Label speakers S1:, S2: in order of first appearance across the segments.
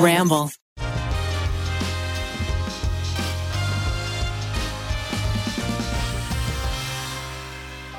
S1: Ramble.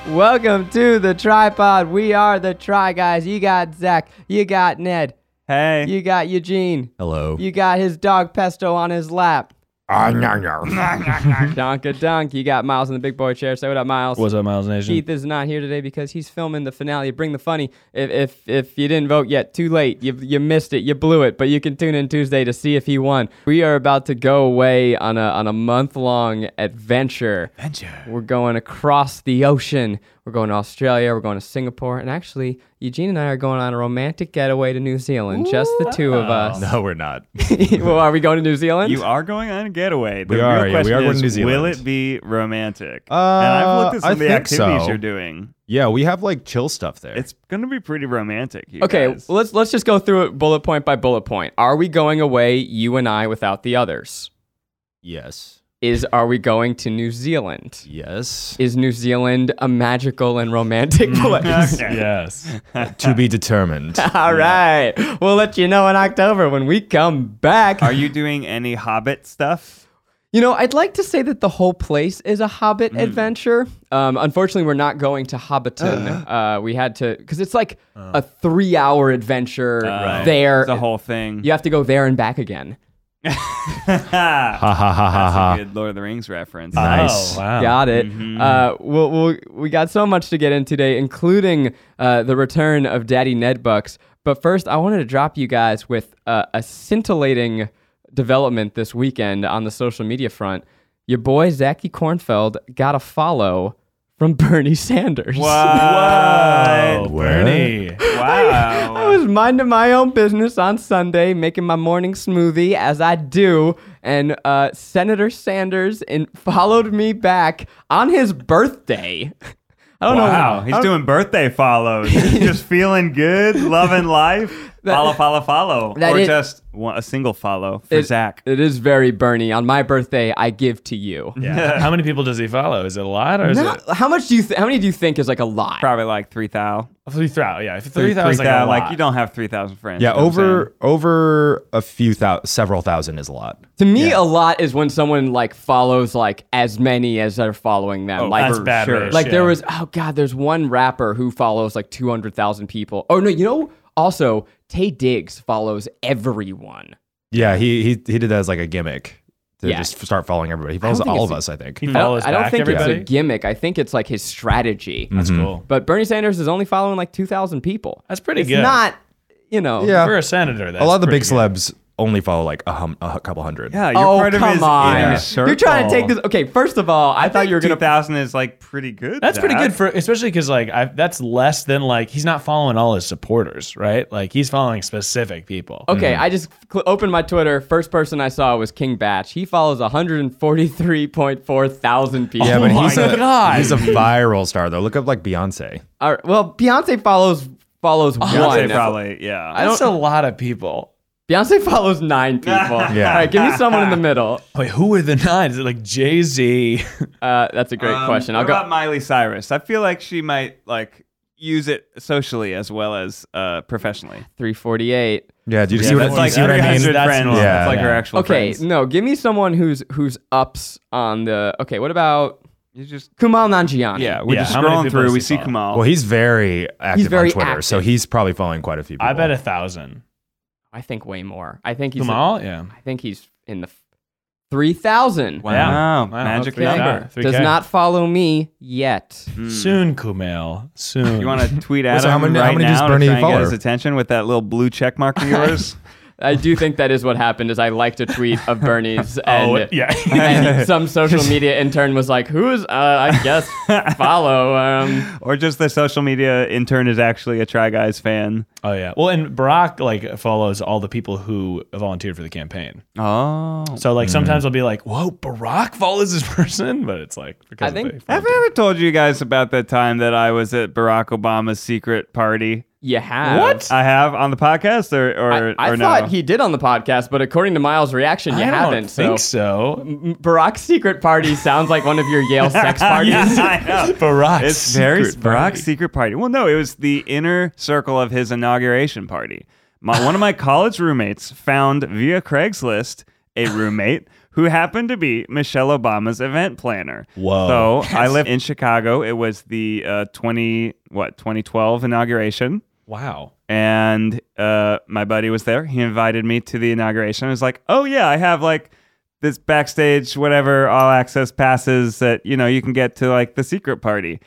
S2: Welcome to the tripod. We are the Try Guys. You got Zach. You got Ned.
S3: Hey.
S2: You got Eugene.
S3: Hello.
S2: You got his dog Pesto on his lap.
S4: Ah,
S2: Donka Dunk. You got Miles in the big boy chair. Say what up, Miles.
S3: What's up, Miles Nation?
S2: Keith is not here today because he's filming the finale. of Bring the funny. If if if you didn't vote yet, too late. You you missed it. You blew it. But you can tune in Tuesday to see if he won. We are about to go away on a on a month long adventure. Adventure. We're going across the ocean. We're going to Australia. We're going to Singapore. And actually, Eugene and I are going on a romantic getaway to New Zealand. Just the two of us.
S4: No, we're not.
S2: well, are we going to New Zealand?
S3: You are going on a getaway.
S4: We
S3: The real
S4: are, yeah, we
S3: question
S4: are going
S3: is,
S4: to New Zealand.
S3: will it be romantic?
S4: Uh,
S3: and I've looked at some
S4: I
S3: of the
S4: think
S3: activities
S4: so.
S3: you're doing.
S4: yeah, we have like chill stuff there.
S3: It's going to be pretty romantic, you
S2: Okay,
S3: guys.
S2: well, let's let's just go through it bullet point by bullet point. Are we going away, you and I, without the others?
S4: yes,
S2: Is are we going to New Zealand?
S4: yes.
S2: Is New Zealand a magical and romantic place?
S3: Okay.
S4: Yes. to be determined.
S2: All right, we'll let you know in October when we come back.
S3: Are you doing any Hobbit stuff?
S2: You know, I'd like to say that the whole place is a Hobbit
S3: Mm.
S2: adventure. Um, unfortunately, we're not going to Hobbiton. Uh, we had to because it's like a three-hour adventure
S3: Uh. Right.
S2: there.
S3: The whole thing.
S2: you have to go there and back again.
S3: That's
S4: ha ha ha ha
S3: a
S4: ha.
S3: good Lord of the Rings reference. Oh.
S4: Nice.
S5: Oh, wow.
S2: Got it. Uh, we'll, we'll, we got so much to get in today, including uh, the return of Daddy Ned Bucks. But first, I wanted to drop you guys with uh, a scintillating development this weekend on the social media front. Your boy, Zachy Kornfeld, got a follow from Bernie Sanders.
S3: What?
S5: Oh, Bernie.
S3: Wow.
S2: I was minding my own business on Sunday, making my morning smoothie as I do, and uh, Senator Sanders in- followed me back on his birthday. I don't
S3: Wow,
S2: know.
S3: he's doing birthday follows. just feeling good, loving life. follow, follow, follow,
S2: That
S3: or
S2: it-
S3: just one, a single follow for
S2: It-
S3: Zach.
S2: It is very Bernie. On my birthday, I give to you.
S5: Yeah. How many people does he follow? Is it a lot or is it
S2: Not- how much do you? Th- how many do you think is like a lot?
S3: Probably like three thou.
S5: three thousand? Yeah, three
S3: Three
S5: thousand. Like,
S3: thou,
S5: a
S3: like
S5: lot.
S3: you don't have three thousand friends.
S4: Yeah,
S3: you know what I'm saying?
S4: over over a few thousand, several thousand is a lot.
S2: To me, a lot is when someone like follows like as many as they're following them. like
S5: Oh, that's bad
S3: sure.
S5: ratio.
S2: Like there was oh god, there's one rapper who follows like two hundred thousand people. Oh no, you know also Tay Diggs follows everyone.
S4: Yeah, he he he did that as like a gimmick to
S2: Yeah.
S4: just start following everybody. He follows
S2: think it's
S4: all
S2: a-
S4: of us, I think.
S5: he
S2: I don't,
S5: follows
S2: I don't
S5: back
S2: think
S5: everybody. Hmm.
S2: it's a gimmick. I think it's like his strategy.
S5: That's
S4: Mm-hmm.
S5: cool.
S2: But Bernie Sanders is only following like two thousand people.
S5: That's pretty
S2: it's
S5: good.
S2: Not you know.
S4: Yeah.
S5: for a senator. That's
S4: a lot of the big
S5: pretty good.
S4: celebs only follow like a, hum, a couple hundred.
S3: Yeah, you're
S2: Oh
S3: part of
S2: come
S3: his
S2: on!
S3: inner
S2: You're trying to take
S3: circle.
S2: this. Okay, first of all, I,
S3: I
S2: thought you were
S3: two
S2: gonna.
S3: thousand is like pretty good.
S5: That's pretty
S3: Zach.
S5: good for, especially because like I, that's less than like he's not following all his supporters, right? Like he's following specific people.
S2: Okay,
S3: Mm.
S2: I just cl- opened my Twitter. First person I saw was King Batch. He follows 143.4 thousand people.
S4: Yeah, but
S5: Oh my
S4: he's a
S5: God.
S4: he's a viral star though. Look up like Beyonce.
S2: All right, well, Beyonce follows follows
S3: Beyonce
S2: one.
S3: probably, yeah.
S5: That's a lot of people.
S2: Beyonce follows nine people.
S4: Yeah.
S2: All right, give me someone in the middle.
S5: Wait, who are the nine? Is it like Jay Z?
S2: Uh, that's a great
S3: Um,
S2: question.
S3: What
S2: I'll
S3: about
S2: go.
S3: Miley Cyrus? I feel like she might like use it socially as well as uh, professionally.
S2: 348.
S4: Yeah, do you
S3: Yeah,
S4: see what,
S3: that's
S4: you
S3: like
S4: see what I
S3: every
S4: mean?
S3: hundred
S5: That's
S3: friends.
S5: normal.
S3: That's like
S4: Yeah.
S3: her actual
S2: Okay,
S3: friends.
S2: no, give me someone who's who's ups on the. Okay, what about
S3: You just
S2: Kumal Nanjiani?
S3: yeah, we're
S5: Yeah,
S3: just
S5: how many
S3: scrolling
S5: people
S3: through.
S5: does
S3: We
S5: he
S3: see
S5: follow?
S3: Kamal.
S4: Well, he's very active
S2: very
S4: on Twitter, so
S2: active.
S4: he's probably following quite a few people.
S5: I bet a thousand.
S2: I think way more. I think he's.
S5: Them all? Yeah.
S2: I think he's in the f- 3,000.
S3: wow,
S5: Yeah. Wow,
S3: magic
S5: okay.
S3: number.
S5: 3K.
S2: Does not follow me yet.
S1: Hmm.
S5: Soon, Kumail. Soon.
S3: You want to tweet at
S4: Wait, so
S3: him
S4: how many-
S3: right
S4: how many does
S3: now
S4: Bernie
S3: to try and
S4: follow?
S3: get his attention with that little blue check mark of yours?
S2: I do think that is what happened. Is I liked a tweet of Bernie's, and,
S5: Oh, yeah.
S2: and some social media intern was like, "Who's uh, I guess follow?" Um,
S3: or just the social media intern is actually a Try Guys fan?
S5: Oh yeah. Well, and Barack like follows all the people who volunteered for the campaign.
S3: Oh.
S5: So like sometimes I'll be like, "Whoa, Barack follows this person," but it's like because
S2: I think-
S5: of the-
S3: Have I ever told you guys about that time that I was at Barack Obama's secret party?
S2: you have
S3: I have on the podcast or or,
S2: I, I
S3: or no?
S2: thought he did on the podcast, but according to Miles' reaction, you
S5: I
S2: haven't.
S5: don't think so.
S2: M- Barack's secret party sounds like one of your Yale sex parties.
S3: yeah, I know.
S5: Barack.
S3: It's very Barack's secret party. Well, no, it was the inner circle of his inauguration party. My, one of my college roommates found via Craigslist a roommate who happened to be Michelle Obama's event planner.
S5: Whoa.
S2: Oh.
S3: So I live in Chicago. It was the uh, 20 what 2012 inauguration.
S5: Wow.
S3: And uh, my buddy was there. He invited me to the inauguration. I was like, "Oh yeah, I have like this backstage whatever all access passes that you know you can get to like the secret party."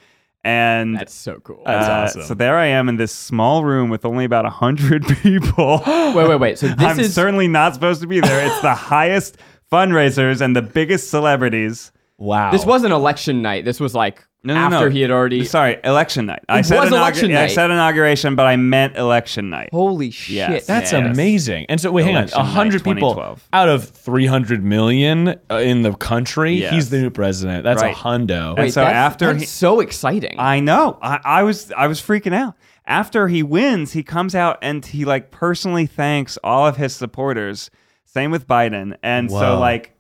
S3: And
S2: That's so cool.
S3: uh,
S4: awesome.
S3: So there I am in this small room with only about 100 people.
S2: wait, wait, wait. So this
S3: I'm
S2: is
S3: certainly not supposed to be there. It's the highest fundraisers and the biggest celebrities.
S5: Wow.
S2: this wasn't election night. This was like after he had already.
S3: Sorry, election night. I
S2: It
S3: said
S2: was election
S3: yeah, I
S2: night.
S3: said inauguration, but I meant election night.
S2: Holy shit!
S3: Yes.
S5: That's amazing. And so wait, hang on.
S3: Election night,
S5: 100 people
S3: 2012.
S5: out of 300 million uh, in the country.
S3: Yes.
S5: He's the new president. That's
S3: Right.
S5: a hundo.
S3: Wait. so
S2: that's,
S3: after
S2: that's
S3: he-
S2: so exciting.
S3: I know. I, I was I was freaking out. After he wins, he comes out and he like personally thanks all of his supporters. Same with Biden. And so
S5: Whoa.
S3: like,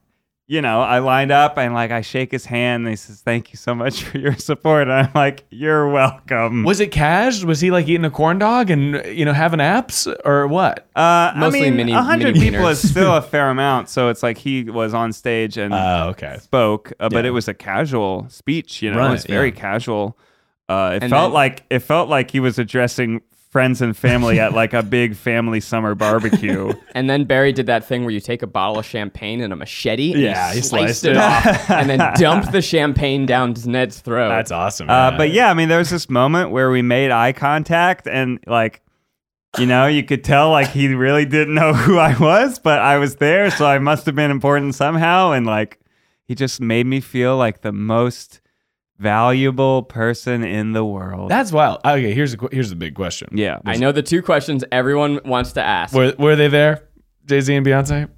S3: you know, I lined up and like I shake his hand and he says, Thank you so much for your support. And I'm like, You're welcome.
S5: Was it cash? Was he like eating a corn dog and you know having apps or what?
S3: Uh,
S2: Mostly
S3: I mean,
S2: mini-
S3: 100
S2: mini
S3: people
S2: wieners.
S3: is still a fair amount. So it's like he was on stage and
S1: Uh,
S5: Oh, okay.
S3: spoke, uh, but it was a casual speech. You know, it
S5: Right,
S3: was very
S5: yeah.
S3: casual. Uh, it
S2: And
S3: felt
S2: then-
S3: like it felt like he was addressing friends and family at like a big family summer barbecue.
S2: and then Barry did that thing where you take a bottle of champagne and a machete. And
S5: Yeah,
S2: he
S5: he
S2: sliced,
S5: sliced
S2: it
S5: it.
S2: off and then dumped the champagne down Ned's throat.
S5: That's awesome.
S3: Uh, but yeah, I mean, there was this moment where we made eye contact and like, you know, you could tell like he really didn't know who I was, but I was there, so I must have been important somehow. And like, he just made me feel like the most valuable person in the world.
S5: that's wild. Okay, here's a, qu- here's the big question.
S3: yeah,
S2: I know the two questions everyone wants to ask.
S5: Were were they there? Jay Z and Beyonce.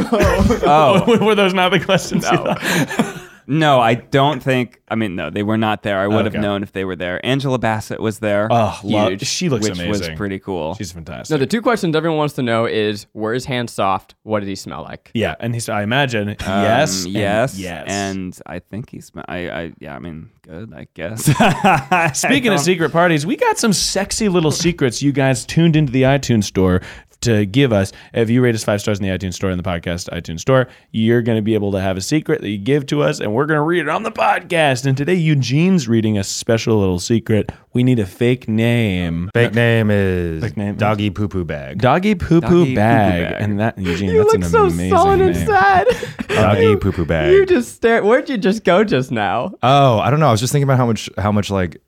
S5: oh, were those not the questions? you thought?
S3: No, I don't think. I mean, no, they were not there. I would
S5: Okay.
S3: have known if they were there. Angela Bassett was there.
S5: Oh, love-
S2: Huge,
S5: she looks
S3: which was
S5: amazing.
S3: pretty cool.
S5: She's
S2: No,
S5: fantastic.
S2: the two questions everyone wants to know is were his hands soft? What did he smell like?
S5: yeah, and he's. I imagine.
S3: Um,
S5: yes. and
S3: yes,
S5: Yes.
S3: and I think he's. I, I, yeah, I mean, good, I guess.
S5: Speaking of secret parties, we got some sexy little secrets you guys tuned into the iTunes store to give us. If you rate us five stars in the iTunes store in the podcast iTunes store, you're going to be able to have a secret that you give to us, and we're going to read it on the podcast. And today, Eugene's reading a special little secret. We need a fake name.
S4: Fake name is
S5: Fake name is-
S4: Doggy Poo Poo Bag.
S5: Doggy poo
S3: Doggy
S5: poo
S3: Poo
S5: bag.
S3: Bag.
S5: and that Eugene, that's an amazing name.
S2: sad.
S4: Doggy Poo Poo
S2: You
S4: Bag.
S2: just stare. Where'd you just go just now?
S4: Oh, I don't know. I was just thinking about how much how much like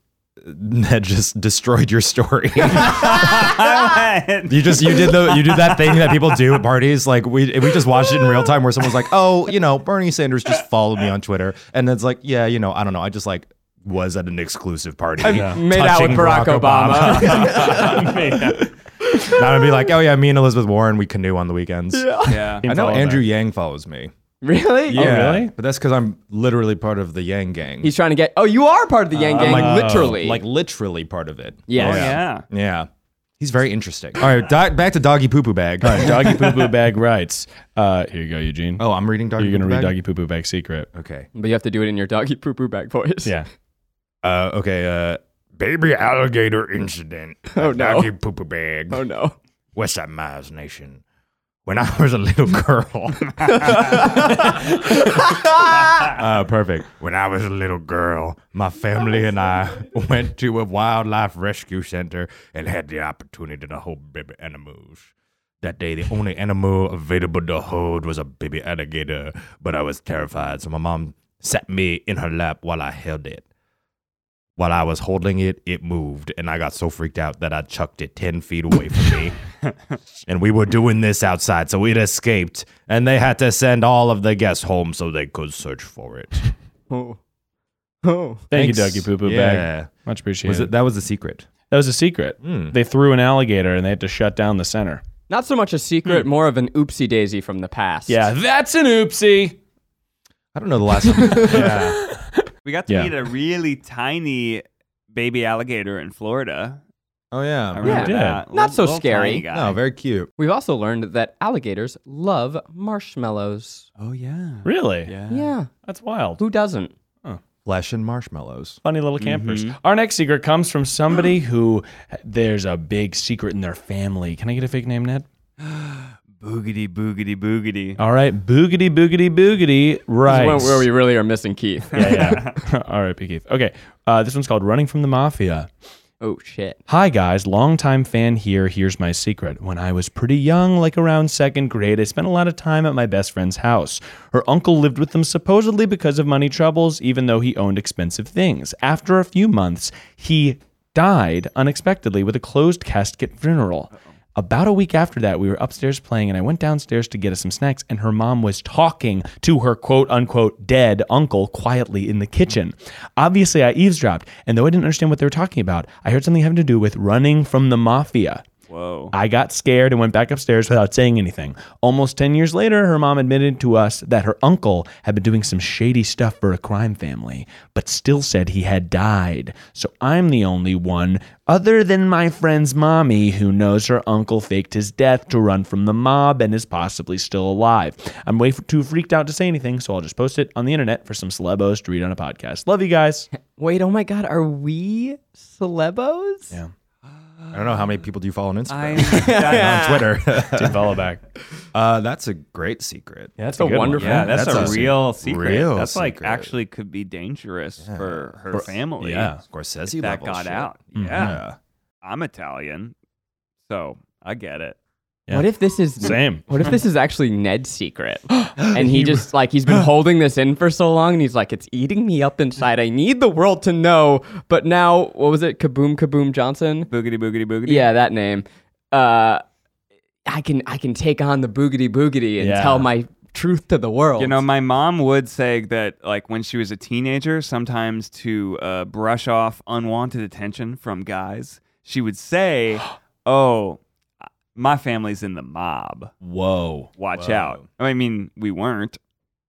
S4: Ned just destroyed your story.
S3: of,
S4: You just you did the you did that thing that people do at parties. Like we we just watched it in real time where someone's like, oh, you know, Bernie Sanders just followed me on Twitter, and it's like, yeah, you know, I don't know, I just like was at an exclusive party,
S1: Uh,
S2: Made out with
S4: touching
S2: Barack, Obama.
S4: and I would be like, oh yeah, me and Elizabeth Warren we canoe on the weekends.
S3: yeah,
S4: I know
S5: Follow
S4: Andrew Yang follows me.
S2: Oh, really?
S5: really?
S4: But that's because I'm literally part of the Yang gang.
S2: He's trying to get. Oh, you are part of the Yang Gang,
S4: like,
S1: uh,
S2: literally.
S4: like literally part of it.
S2: yes.
S3: oh, yeah.
S4: Yeah. He's very interesting. All right, do- back to doggy poo poo bag.
S5: All right, Doggy poo poo bag writes. Uh, here you go, Eugene.
S4: Oh, I'm reading doggy.
S5: You're going to
S4: poo
S5: read
S4: bag?
S5: Doggy poo poo bag secret.
S4: Okay.
S2: But you have to do it in your doggy poo poo bag voice.
S5: Yeah.
S4: Uh, okay. Uh, baby alligator incident.
S2: Oh,
S4: At
S2: no.
S4: Doggy poo poo bag.
S2: Oh no.
S4: West Side Miles Nation. When I was a little girl. uh, perfect. When I was a little girl, my family and I went to a wildlife rescue center and had the opportunity to hold baby animals. That day, the only animal available to hold was a baby alligator, but I was terrified, so my mom sat me in her lap while I held it. While I was holding it, it moved, and I got so freaked out that I chucked it 10 feet away from me. and we were doing this outside, so it escaped, and they had to send all of the guests home so they could search for it.
S2: Oh. Oh.
S5: Thank
S4: Thanks.
S5: you, Doggy poo poo bag.
S4: Yeah.
S5: Much appreciated.
S4: Was it, that was the secret.
S5: That was a secret.
S4: Mm.
S5: They threw an alligator and they had to shut down the center.
S2: Not so much a secret, more of an oopsie daisy from the past.
S5: Hmm. Yeah, that's an oopsie.
S4: I don't know the last one. yeah.
S3: We got to
S5: Yeah.
S3: meet a really tiny baby alligator in Florida.
S4: Oh,
S3: I
S4: yeah.
S3: remember
S5: did.
S3: that.
S2: Not so
S3: Little
S2: scary.
S3: tiny guy.
S4: No, very cute.
S2: We've also learned that alligators love marshmallows.
S3: oh yeah.
S5: Really?
S3: Yeah.
S5: Oh.
S2: Yeah.
S5: That's wild.
S2: Who doesn't?
S5: Huh.
S4: flesh and marshmallows.
S5: Funny little campers. Our next secret comes from somebody who there's a big secret in their family. Can I get a fake name, Ned?
S3: Boogity, boogity, boogity.
S5: All right, boogity boogity boogity. Right.
S2: This is where we really are missing Keith.
S5: yeah, yeah. All right, P. Keith. Okay, uh, this one's called "Running from the Mafia."
S2: Oh shit.
S5: Hi guys, longtime fan here. Here's my secret. When I was pretty young, like around second grade, I spent a lot of time at my best friend's house. Her uncle lived with them supposedly because of money troubles, even though he owned expensive things. After a few months, he died unexpectedly with a closed casket funeral. About a week after that, we were upstairs playing, and I went downstairs to get us some snacks, and her mom was talking to her quote unquote dead uncle quietly in the kitchen. Obviously, I eavesdropped, and though I didn't understand what they were talking about, I heard something having to do with running from the mafia.
S3: Whoa.
S5: I got scared and went back upstairs without saying anything. Almost 10 years later, her mom admitted to us that her uncle had been doing some shady stuff for a crime family, but still said he had died. So I'm the only one, other than my friend's mommy, who knows her uncle faked his death to run from the mob and is possibly still alive. I'm way too freaked out to say anything, so I'll just post it on the internet for some celebos to read on a podcast. Love you guys.
S2: Wait, oh my god, are we celebos?
S5: Yeah.
S4: I don't know how many people do you follow on Instagram,
S3: I'm-
S4: on Twitter.
S5: Didn't follow back.
S4: uh, that's a great secret.
S5: Yeah, that's
S2: a wonderful-
S3: yeah, that's,
S4: That's
S3: a,
S4: a
S3: real secret.
S4: real
S3: that's like
S4: secret.
S3: actually could be dangerous for her family.
S5: yeah.
S4: Scorsese
S3: If that
S4: level
S3: got
S4: shit.
S3: out.
S5: Mhm.
S3: Yeah.
S4: Yeah.
S3: I'm Italian, so I get it.
S5: Yeah.
S2: What if this is
S5: Same.
S2: What if
S3: Hmm.
S2: this is actually Ned's secret? and he just like he's been holding this in for so long and he's like, it's eating me up inside. I need the world to know. But now what was it? Kaboom Kaboom Johnson?
S3: Boogity, boogity, boogity.
S2: Yeah, that name. Uh I can I can take on the boogity boogity and
S5: Yeah.
S2: tell my truth to the world.
S3: You know, my mom would say that, like, when she was a teenager, sometimes to uh, brush off unwanted attention from guys, she would say, Oh, my family's in the mob.
S5: Whoa.
S3: Watch
S4: Whoa.
S3: out. I mean, we weren't,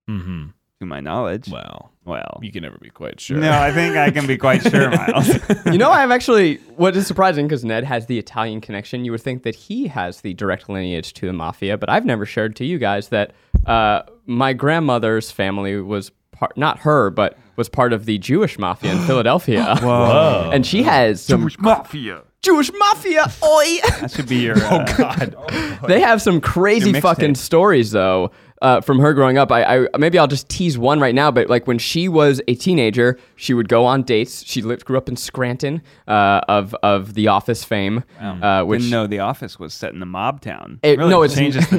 S5: Mm-hmm.
S3: to my knowledge. Well,
S5: Well, you can never be quite sure.
S3: no, I think I can be quite sure, Miles.
S2: you know, I've actually, what is surprising, because Ned has the Italian connection, you would think that he has the direct lineage to the mafia, but I've never shared to you guys that uh, my grandmother's family was part, not her, but was part of the Jewish mafia in Philadelphia.
S5: Whoa.
S2: And she has some
S3: Mafia.
S2: Jewish mafia, oi!
S3: That should be your. Uh,
S4: God.
S2: they have some crazy
S3: Your mixtape.
S2: fucking stories though uh, from her growing up. I, I maybe I'll just tease one right now, but like when she was a teenager, she would go on dates. She lived, grew up in Scranton, uh, of of The Office fame, uh, which
S3: Didn't know The Office was set in the mob town.
S2: It-
S3: really
S2: no, it's-
S3: changes the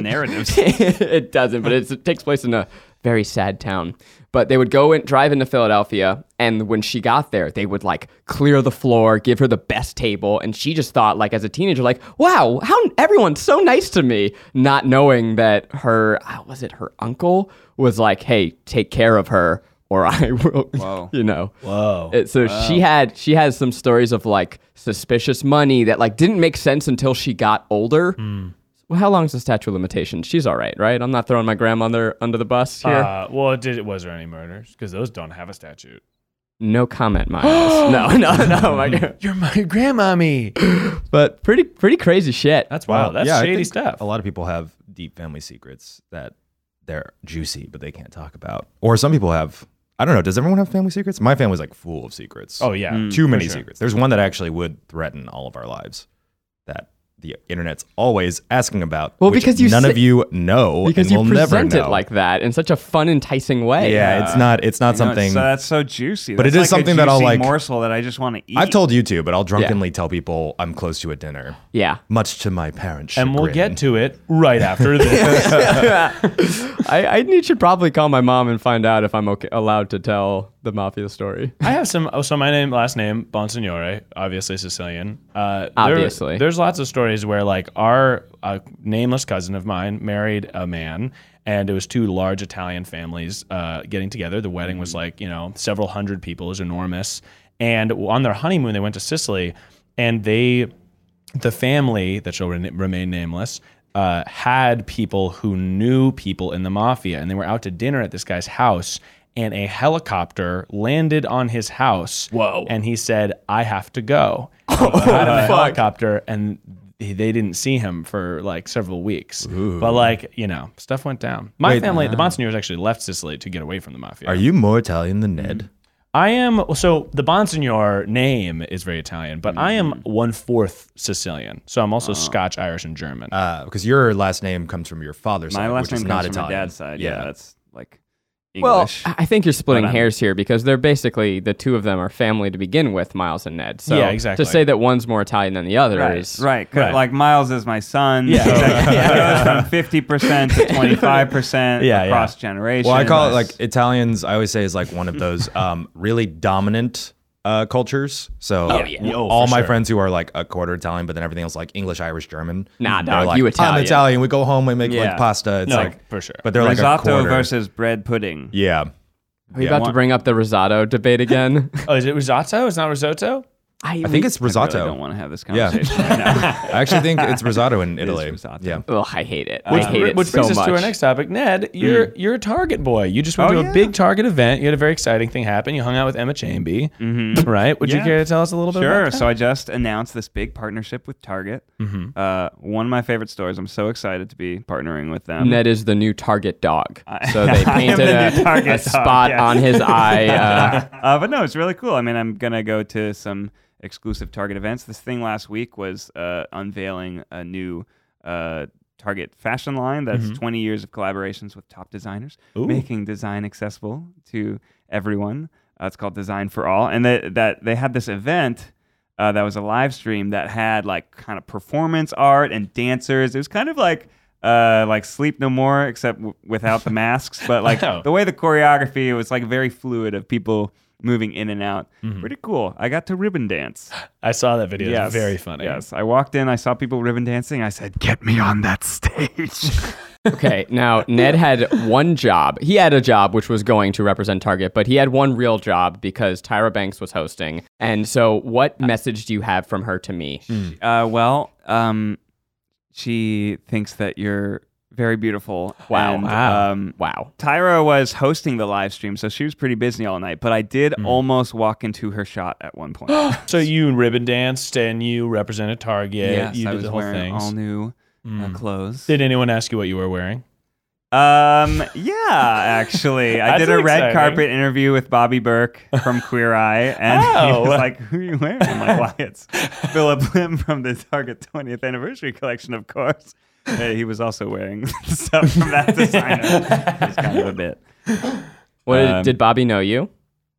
S3: narratives.
S2: it doesn't, but it's, it takes place in a very sad town. But they would go and drive into Philadelphia, and when she got there, they would like clear the floor, give her the best table, and she just thought, like as a teenager, like, wow, how everyone's so nice to me, not knowing that her uh, was it her uncle was like, hey, take care of her, or I will,
S3: Whoa.
S2: you know,
S5: Whoa.
S2: it, so she had she has some stories of like suspicious money that like didn't make sense until she got older. Well, how long is the statute of limitations? She's all right, right? I'm not throwing my grandmother under the bus here.
S5: Uh, well, did was there any murders? Because those don't have a statute.
S2: no comment, Miles. no, no, no. My, God.
S5: You're my grandmommy.
S2: but pretty pretty crazy shit.
S5: That's wild. That's
S4: uh, Yeah, I
S5: shady
S4: think
S5: stuff.
S4: A lot of people have deep family secrets that they're juicy, but they can't talk about. Or some people have. I don't know. Does everyone have family secrets? My family's like full of secrets.
S5: Oh yeah.
S4: too many
S5: for sure.
S4: secrets. There's one that actually would threaten all of our lives. That the internet's always asking about.
S2: Well,
S4: which
S2: because you
S4: none
S2: say-
S4: of you know,
S2: because
S4: and
S2: you
S4: will
S2: present
S4: never
S2: it
S4: know.
S2: like that in such a fun, enticing way.
S4: yeah, it's not. It's not
S3: No, it's-
S4: something.
S3: So that's so juicy.
S4: But it
S3: That's
S4: is
S3: like a
S4: something that I'll,
S3: juicy
S4: like-
S3: morsel that I just want to eat.
S4: I've told you to, but I'll drunkenly tell people I'm close to a dinner,
S2: Yeah.
S4: much to my parents.
S5: And we'll
S4: chagrin.
S5: get to it right after this.
S2: I, I need- should probably call my mom and find out if I'm okay, allowed to tell the mafia story.
S5: I have some. Oh, so my name, last name, Bonsignore, obviously Sicilian. Uh, there-
S2: Obviously.
S5: there's lots of stories where like our uh, nameless cousin of mine married a man, and it was two large Italian families uh, getting together. The wedding
S4: Mm.
S5: was like you know several hundred people, it was enormous. And on their honeymoon, they went to Sicily, and they the family that shall re- remain nameless uh, had people who knew people in the mafia, and they were out to dinner at this guy's house. And a helicopter landed on his house. Whoa! And he said, "I have to go." He got out of the helicopter, and he- they didn't see him for like several weeks. But like you know, stuff went down. My family, the Monsignors, actually left Sicily to get away from the mafia.
S4: Are you more Italian than Ned?
S5: I am so the Bonsignor name is very Italian, but I am
S3: Mm-hmm.
S5: one fourth Sicilian, so I'm
S3: Ah.
S5: also Scotch, Irish, and German.
S1: Uh, because your last name comes from your father's
S3: My
S1: side,
S3: last
S1: which
S3: name
S1: is
S3: comes
S1: not
S3: from
S1: Italian.
S3: my dad's side. Yeah, that's like
S2: Well,
S3: English.
S2: I I think you're splitting
S3: But I'm-
S2: hairs here because they're basically the two of them are family to begin with, Miles and Ned. So
S5: Yeah, exactly.
S2: To say that one's more Italian than the other is
S3: right. 'cause,
S5: Right.
S3: Like Miles is my son.
S5: Yeah.
S3: so it goes from fifty percent to twenty five percent
S5: Yeah, yeah.
S3: across generations.
S1: Well, I call it like Italians. I always say is like one of those um, really dominant uh, cultures. So w-
S5: Oh, for
S1: all my
S5: sure.
S1: friends who are like a quarter Italian, but then everything else like English, Irish, German.
S2: Nah,
S1: they're
S2: dog,
S1: like,
S2: you
S1: I'm
S2: Italian."
S1: Italian. We go home, we make
S3: Yeah.
S1: like pasta. It's
S5: No,
S1: like
S5: for sure.
S1: But they're like a
S3: risotto
S1: quarter.
S3: versus bread pudding.
S1: yeah.
S2: Are you
S1: Yeah.
S2: about to bring up the risotto debate again?
S5: oh, is it risotto? It's not risotto.
S1: I think it's
S3: I really
S1: risotto.
S3: don't want to have this
S1: Yeah.
S3: conversation. right now.
S1: I actually think it's risotto in Italy.
S3: risotto.
S1: Yeah.
S2: Ugh, I hate it. I
S5: Which,
S2: hate it
S5: which
S2: so
S5: brings us
S2: much.
S5: to our next topic. Ned, you're you're a Target boy. You just went
S3: Mm. Oh,
S5: to a
S3: yeah.
S5: big Target event. You had a very exciting thing happen. You hung out with Emma Chamby, right? Would you
S3: Mm-hmm. Yeah.
S5: care to tell us a little bit?
S3: Sure.
S5: About that?
S3: So I just announced this big partnership with Target. Uh, one of my favorite stores. I'm so excited to be partnering with them.
S2: Ned is the new target dog.
S3: I-
S2: So they
S3: I am
S2: painted
S3: the new
S2: a,
S3: target
S2: a
S3: dog,
S2: spot
S3: yes.
S2: on his eye. Uh,
S3: uh, but no, it's really cool. I mean, I'm gonna go to some exclusive Target events. This thing last week was uh, unveiling a new uh, Target fashion line that's 20 years of collaborations with top designers, making design accessible to everyone. Uh, it's called Design for All, and they, that they had this event. Uh, that was a live stream that had like kind of performance art and dancers. It was kind of like uh, like Sleep No More, except w- without the masks. But like
S5: Oh.
S3: the way the choreography it was like very fluid of people moving in and out.
S5: Mm-hmm.
S3: Pretty cool. I got to ribbon dance.
S5: I saw that video.
S3: Yes.
S5: It's very funny.
S3: Yes. I walked in, I saw people ribbon dancing. I said, "Get me on that stage."
S2: okay, now Ned had one job. He had a job which was going to represent Target, but he had one real job because Tyra Banks was hosting. And so, what message do you have from her to me?
S3: uh, well, um, she thinks that you're very beautiful.
S2: Wow.
S3: And,
S5: Wow.
S3: Um,
S2: Wow.
S3: Tyra was hosting the live stream, so she was pretty busy all night. But I did
S5: Mm.
S3: almost walk into her shot at one point.
S5: So you ribbon danced and you represented Target.
S3: yes,
S5: you
S3: I
S5: did
S3: was
S5: the whole
S3: wearing
S5: thing. Mm.
S3: all new uh, clothes.
S5: Did anyone ask you what you were wearing?
S3: Um, yeah, actually, I
S5: That's
S3: did a red
S5: exciting.
S3: carpet interview with Bobby Burke from Queer Eye, and
S5: Oh.
S3: he was like, "Who are you wearing?" I'm like, "Why, it's Philip Lim from the Target 20th anniversary collection, of course." Uh, he was also wearing stuff from that designer. It's kind of a bit.
S2: What did,
S3: Um,
S2: did Bobby know you?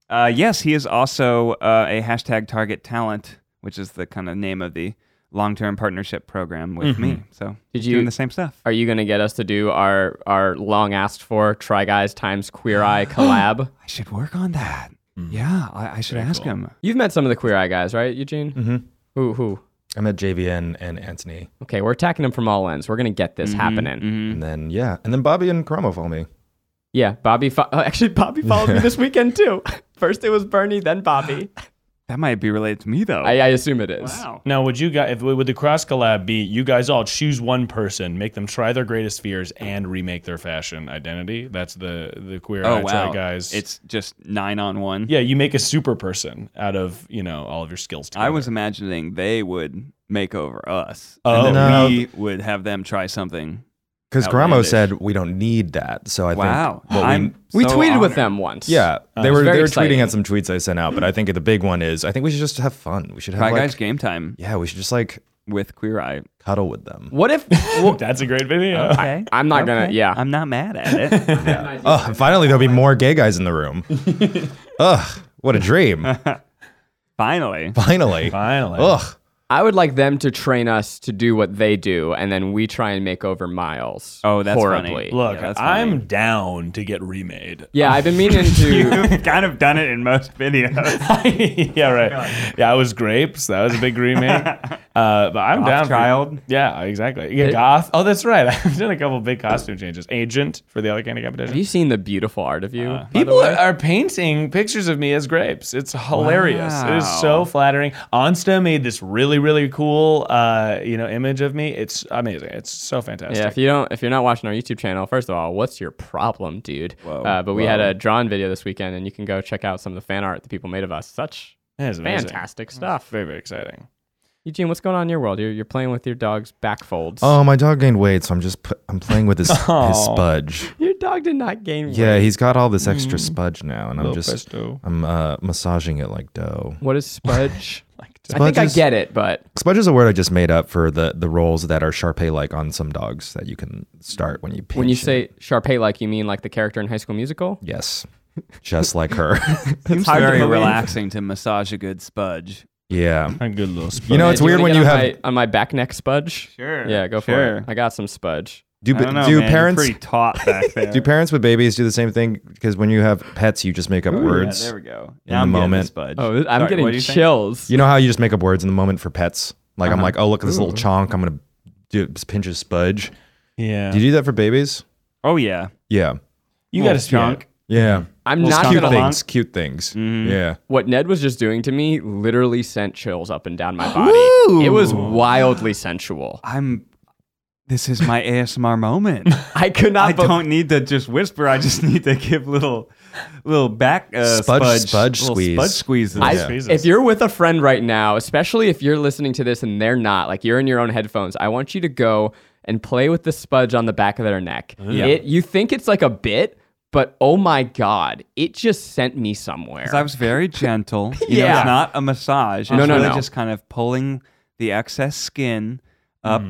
S3: Uh, yes, he is also uh, a hashtag Target Talent, which is the kind of name of the long-term partnership program with me. So,
S2: Did
S3: doing
S2: you-
S3: the same stuff?
S2: Are you going to get us to do our our long asked for Try Guys times Queer Eye collab?
S3: I should work on that. Yeah, I, I should ask him.
S2: You've met some of the Queer Eye guys, right, Eugene? Mm-hmm. Who who?
S1: I met JVN and Anthony.
S2: Okay, we're attacking them from all ends. We're going to get
S3: Mm-hmm,
S2: this happening.
S3: Hmm.
S1: And then, yeah. And then Bobby and Cromo follow me.
S2: Yeah, Bobby. Fo- oh, actually, Bobby followed me this weekend too. First it was Bernie, then Bobby.
S3: That might be related to me, though.
S2: I, I assume it is.
S3: Oh. wow.
S5: Now, would you guys, if, would the cross collab be you guys all choose one person, make them try their greatest fears, and remake their fashion identity? That's the the queer
S3: Oh
S5: eye
S3: wow,
S5: try uh, guys.
S3: It's just nine on one.
S5: yeah, you make a super person out of you know all of your skills. Together.
S3: I was imagining they would make over us, and
S5: Oh.
S3: then
S1: No.
S3: we would have them try something.
S1: Because Gramo
S3: Outlandish.
S1: said we don't need that. So I
S3: Wow,
S1: think what we-
S3: I'm.
S2: We
S3: so
S2: tweeted with
S3: honored.
S2: them once.
S1: yeah, they
S2: it's
S1: were
S2: very
S1: they were
S2: exciting.
S1: tweeting at some tweets I sent out, but I think the big one is I think we should just have fun. We should have
S3: Try
S1: like,
S3: Guys Game Time
S1: yeah, we should just like
S3: with Queer Eye.
S1: cuddle with them.
S2: What if? well,
S5: That's a great video.
S3: Okay,
S2: I'm not gonna. Yeah.
S3: I'm not mad at it.
S1: Oh, finally there'll be more gay guys in the room. Ugh, what a dream!
S3: Finally,
S1: Finally,
S5: Finally.
S1: Ugh,
S2: I would like them to train us to do what they do, and then we try and make over Miles.
S3: Oh, that's funny.
S2: horribly.
S5: Look,
S3: Yeah, that's funny.
S5: I'm down to get remade.
S2: Yeah, I've been meaning to.
S3: you've kind of done it in most videos.
S5: yeah, right. Yeah, I was grapes. That was a big remake. Uh, but I'm
S3: Goth
S5: down. for-
S3: Child.
S5: yeah, exactly. Yeah, goth. Oh, that's right. I've done a couple big costume changes. Agent for the other candy competition.
S2: have you seen the beautiful art of you?
S3: Uh,
S2: by the
S5: People
S2: way?
S5: are painting pictures of me as grapes. It's hilarious. It is so flattering. Onsta made this really, really cool, uh, you know, image of me. It's amazing. It's so fantastic.
S2: Yeah, if you don't, if you're not watching our YouTube channel, first of all, what's your problem, dude? uh, but we had a drawn video this weekend, and you can go check out some of the fan art that people made of us. Such
S5: That is amazing.
S2: fantastic stuff.
S5: Very, very exciting.
S2: Eugene, what's going on in your world? You're, you're playing with your dog's back folds.
S1: Oh, my dog gained weight, so I'm just pu- I'm playing with his his spudge.
S2: Your dog did not gain weight.
S1: Yeah, he's got all this extra spudge now, and I'm
S5: Little
S1: just
S5: pesto.
S1: I'm uh, massaging it like dough.
S2: What is spudge?
S5: Like,
S2: I think I
S1: Spudges-
S2: get it, but
S1: Spudge is a word I just made up for the the rolls that are Sharpei like on some dogs that you can start when you pinch
S2: when you
S1: it.
S2: say Sharpay like, you mean like the character in High School Musical?
S1: yes, just like her.
S3: Seems
S6: It's hard
S3: very
S6: to believe.
S3: relaxing to massage a good spudge.
S1: yeah,
S5: a good little spudge.
S1: you know it's
S2: Do
S1: weird
S2: wanna
S1: when
S2: get
S1: you
S2: on
S1: have
S2: my- on my back neck spudge.
S3: Sure.
S2: Yeah, go for
S3: sure.
S2: it. I got some spudge.
S1: do
S3: I don't know,
S1: do
S3: man. You're
S1: parents
S3: pretty taut back there?
S1: do parents with babies do the same thing? Because when you have pets, you just make up
S3: Yeah,
S1: words.
S3: there we go.
S1: in
S3: Now
S1: the
S3: I'm getting
S1: moment.
S3: the spudge.
S2: Oh, I'm
S3: Sorry, what do
S2: getting
S3: you think?
S2: chills.
S1: You know how you just make up words in the moment for pets? Like
S3: Uh-huh.
S1: I'm like, oh look at this little chonk. I'm gonna do pinch his spudge.
S5: Yeah.
S1: Do you do that for babies?
S3: Oh yeah.
S1: Yeah.
S5: you got to
S3: Little chunk.
S5: chunk.
S1: Yeah.
S2: I'm
S3: Little
S2: not
S3: skunk
S1: Cute
S2: gonna.
S3: along. Mm-hmm.
S1: things. Cute things. Yeah.
S2: What Ned was just doing to me literally sent chills up and down my body. It was wildly sensual.
S3: I'm. This is my ASMR moment.
S2: I could not.
S3: I
S2: be-
S3: don't need to just whisper. I just need to give little, little back uh,
S1: Spudge-
S3: spudge,
S1: spudge
S3: little
S1: squeeze.
S3: spudge squeezes.
S2: I-
S5: Yeah. Jesus.
S2: If you're with a friend right now, especially if you're listening to this and they're not, like you're in your own headphones, I want you to go and play with the spudge on the back of their neck. It, you think it's like a bit, but oh my god, it just sent me somewhere.
S3: 'Cause I was very gentle. You know,
S2: Yeah.
S3: it's not a massage. It's
S2: No, no,
S3: really
S2: no.
S3: just kind of pulling the excess skin up.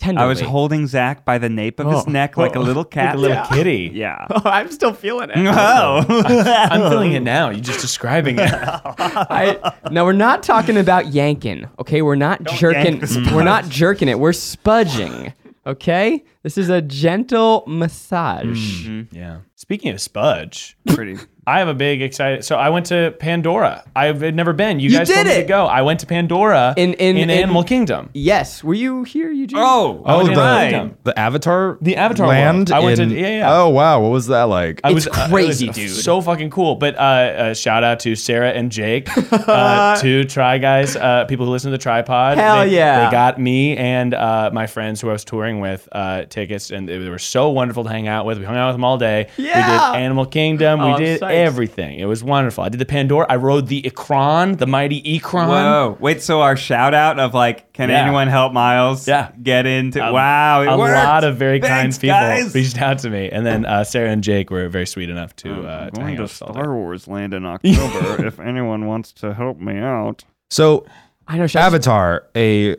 S2: Tenderly.
S3: I was holding Zach by the nape of his
S2: Oh.
S3: neck like a little cat.
S5: Like a little kitty.
S3: yeah.
S2: Oh, I'm still feeling it.
S3: Oh.
S5: I'm feeling it now. You're just describing it.
S2: I, now we're not talking about yanking, okay? We're not jerking.
S3: yank the sponge.
S2: We're not jerking it. We're spudging, okay? This is a gentle massage.
S3: Mm-hmm.
S5: yeah. Speaking of spudge,
S3: Pretty.
S5: I have a big excited. So I went to Pandora. I've never been. You,
S2: You
S5: guys
S2: did
S5: told me to
S2: it!
S5: go. I went to Pandora
S2: In- in- in-
S5: Animal Kingdom.
S2: Yes. Were you here, Eugene?
S3: Oh.
S5: I went
S1: Oh,
S5: to Animal Kingdom.
S1: the, the Avatar.
S5: The Avatar
S1: land.
S5: world. I went to-
S1: in-
S5: yeah, yeah.
S1: Oh wow, what was that like?
S5: I
S2: It's
S5: uh, it
S2: crazy, dude.
S5: So fucking cool. But uh, uh, shout out to Sarah and Jake, uh, two Try Guys, uh, people who listen to the tripod.
S2: Hell
S5: They-
S2: yeah.
S5: They got me and uh, my friends who I was touring with uh, tickets, and they were so wonderful to hang out with. We hung out with them all day.
S2: Yeah.
S5: We did Animal Kingdom.
S2: Oh,
S5: we
S2: I'm
S5: did
S2: psyched.
S5: everything. It was wonderful. I did the Pandora. I rode the Ikron, the mighty Ikron.
S3: Whoa. Wait, so our shout out of like, can
S5: Yeah.
S3: anyone help Miles
S5: Yeah.
S3: get into.
S5: A-
S3: wow. It
S5: a
S3: worked.
S5: lot of very
S3: Thanks,
S5: kind people
S3: guys.
S5: reached out to me, and then uh, Sarah and Jake were very sweet enough to uh,
S7: I'm
S5: to hang out
S7: going to
S5: with us all day.
S7: Star Wars Land in October. if anyone wants to help me out,
S1: so
S2: I know. Should I-
S1: Avatar, a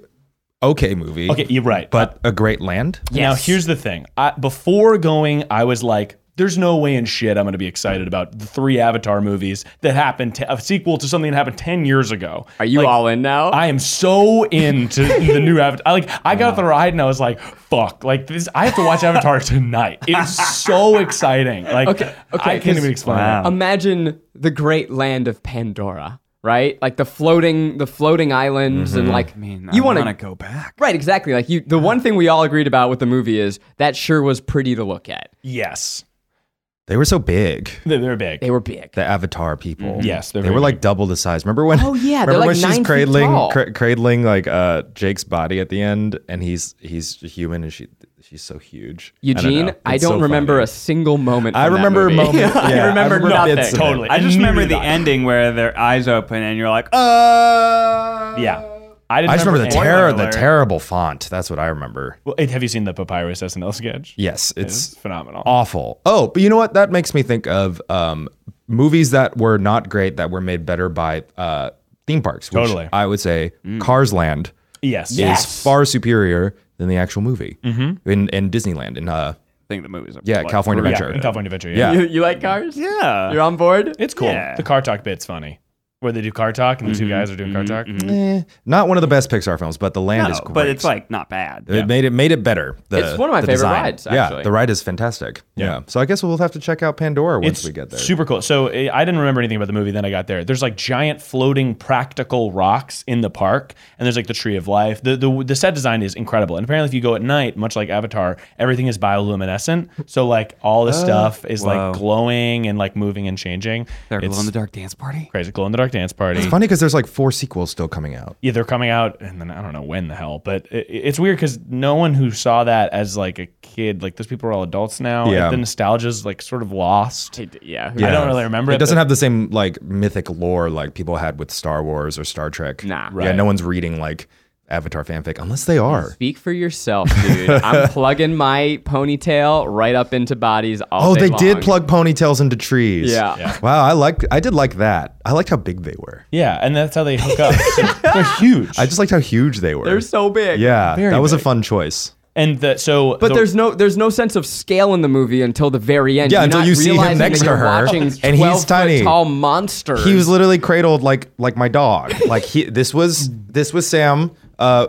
S1: okay movie.
S5: Okay, you're right.
S1: But a great land.
S5: Now
S2: Yes.
S5: here's the thing. I, before going, I was like, "There's no way in shit I'm going to be excited about the three Avatar movies that happened, te- a sequel to something that happened ten years ago."
S2: Are you
S5: Like,
S2: all in now?
S5: I am so into the new Avatar. I, like I got off the ride and I was like, "Fuck!" Like this, I have to watch Avatar tonight. It's so exciting. Like
S2: Okay, okay,
S5: I can't
S2: 'cause-
S5: even explain.
S3: Wow.
S1: Uh-huh.
S5: It.
S2: Imagine the great land of Pandora, right? Like the floating, the floating islands,
S1: Mm-hmm.
S2: and like
S3: I mean,
S2: you
S3: I want
S2: wanna-
S3: to go back.
S2: Right, exactly. Like you, the one thing we all agreed about with the movie is that sure was pretty to look at.
S5: Yes,
S1: They were so big.
S5: they're, they're big.
S2: They were big.
S1: The Avatar people.
S5: Mm-hmm. Yes, they're
S1: they
S5: very
S1: were like double the size. Remember when?
S2: Oh, yeah, they're
S1: Remember
S2: like
S1: when
S2: nine
S1: she's
S2: feet
S1: cradling,
S2: tall.
S1: cra- cradling like uh, Jake's body at the end, and he's he's human, and she she's so huge.
S2: Eugene, I don't, remember a single moment.
S1: I
S2: from that
S1: remember a
S2: movie.
S1: moment. yeah,
S2: I remember nothing.
S1: bits of it.
S5: totally.
S3: I just remember the
S5: end.
S3: ending where their eyes open and you're like, oh,
S1: Uh,
S5: Yeah. I, didn't
S1: I just remember the
S5: spoiler
S1: terror, the
S5: alert.
S1: terrible font. That's what I remember.
S5: Well, have you seen the Papyrus SNL sketch?
S1: Yes,
S5: It's
S1: it's
S5: phenomenal.
S1: awful. Oh, but you know what? That makes me think of um, movies that were not great that were made better by uh, theme parks. Which
S5: Totally. Mm.
S1: I would say Cars Land
S5: Yes.
S1: is far superior than the actual movie
S5: Mm-hmm.
S1: in in Disneyland in uh
S3: I think the movies are.
S1: yeah
S3: like,
S1: California
S5: Yeah,
S1: Adventure.
S5: in California Adventure. Yeah.
S1: Yeah.
S2: You, you like cars?
S3: Yeah.
S2: You're on board?
S5: It's cool.
S3: Yeah.
S5: The car talk bit's funny. Where they do car talk and the
S1: Mm-hmm.
S5: two guys are doing car talk.
S1: Eh, not one of the best Pixar films, but the land
S3: No,
S1: is great.
S3: but it's like not bad.
S1: it made it made it better. The-
S2: It's one of my
S1: the
S2: favorite
S1: design.
S2: rides,
S1: Yeah,
S2: actually.
S1: the ride is fantastic. Yeah. so I guess we'll have to check out Pandora once
S5: It's
S1: we get there.
S5: super cool. So eh, I didn't remember anything about the movie. Then I got there. There's like giant floating practical rocks in the park, and there's like the tree of life. The the, the set design is incredible. And apparently, if you go at night, much like Avatar, everything is bioluminescent. So like all
S1: Oh,
S5: the stuff is
S3: wow.
S5: like glowing and like moving and changing.
S3: They're
S5: It's
S3: glow in the dark dance party.
S5: Crazy glow in the dark dance party.
S1: Funny because there's like four sequels still coming out.
S5: Yeah, they're coming out, and then I don't know when the hell, but it, it's weird because no one who saw that as like a kid, like those people are all adults now.
S1: Yeah.
S5: the nostalgia's like sort of lost.
S2: It- yeah,
S5: I don't really remember
S1: It
S5: it.
S1: doesn't have the same like mythic lore like people had with Star Wars or Star Trek.
S2: Nah.
S1: Yeah,
S5: Right.
S1: no one's reading like Avatar fanfic unless they are.
S2: Speak for yourself, dude. I'm plugging my ponytail right up into bodies all
S1: Oh,
S2: day
S1: they
S2: long.
S1: did plug ponytails into trees.
S2: Yeah. Yeah.
S1: Wow, I like I did like that. I liked how big they were.
S5: yeah, and that's how they hook up. They're huge.
S1: I just liked how huge they were.
S2: They're so big.
S1: yeah,
S5: very
S1: that was a
S5: big.
S1: fun choice.
S5: and the, so,
S2: But
S5: the-
S2: there's no there's no sense of scale in the movie until the very end.
S1: Yeah,
S2: You're
S1: until
S2: not
S1: you see him
S2: realizing
S1: next
S2: that
S1: to
S2: you're
S1: her,
S2: watching
S1: and he's
S2: 12-foot
S1: tiny.
S2: tall monster.
S1: He was literally cradled like like my dog. Like he this was this was Sam. Uh,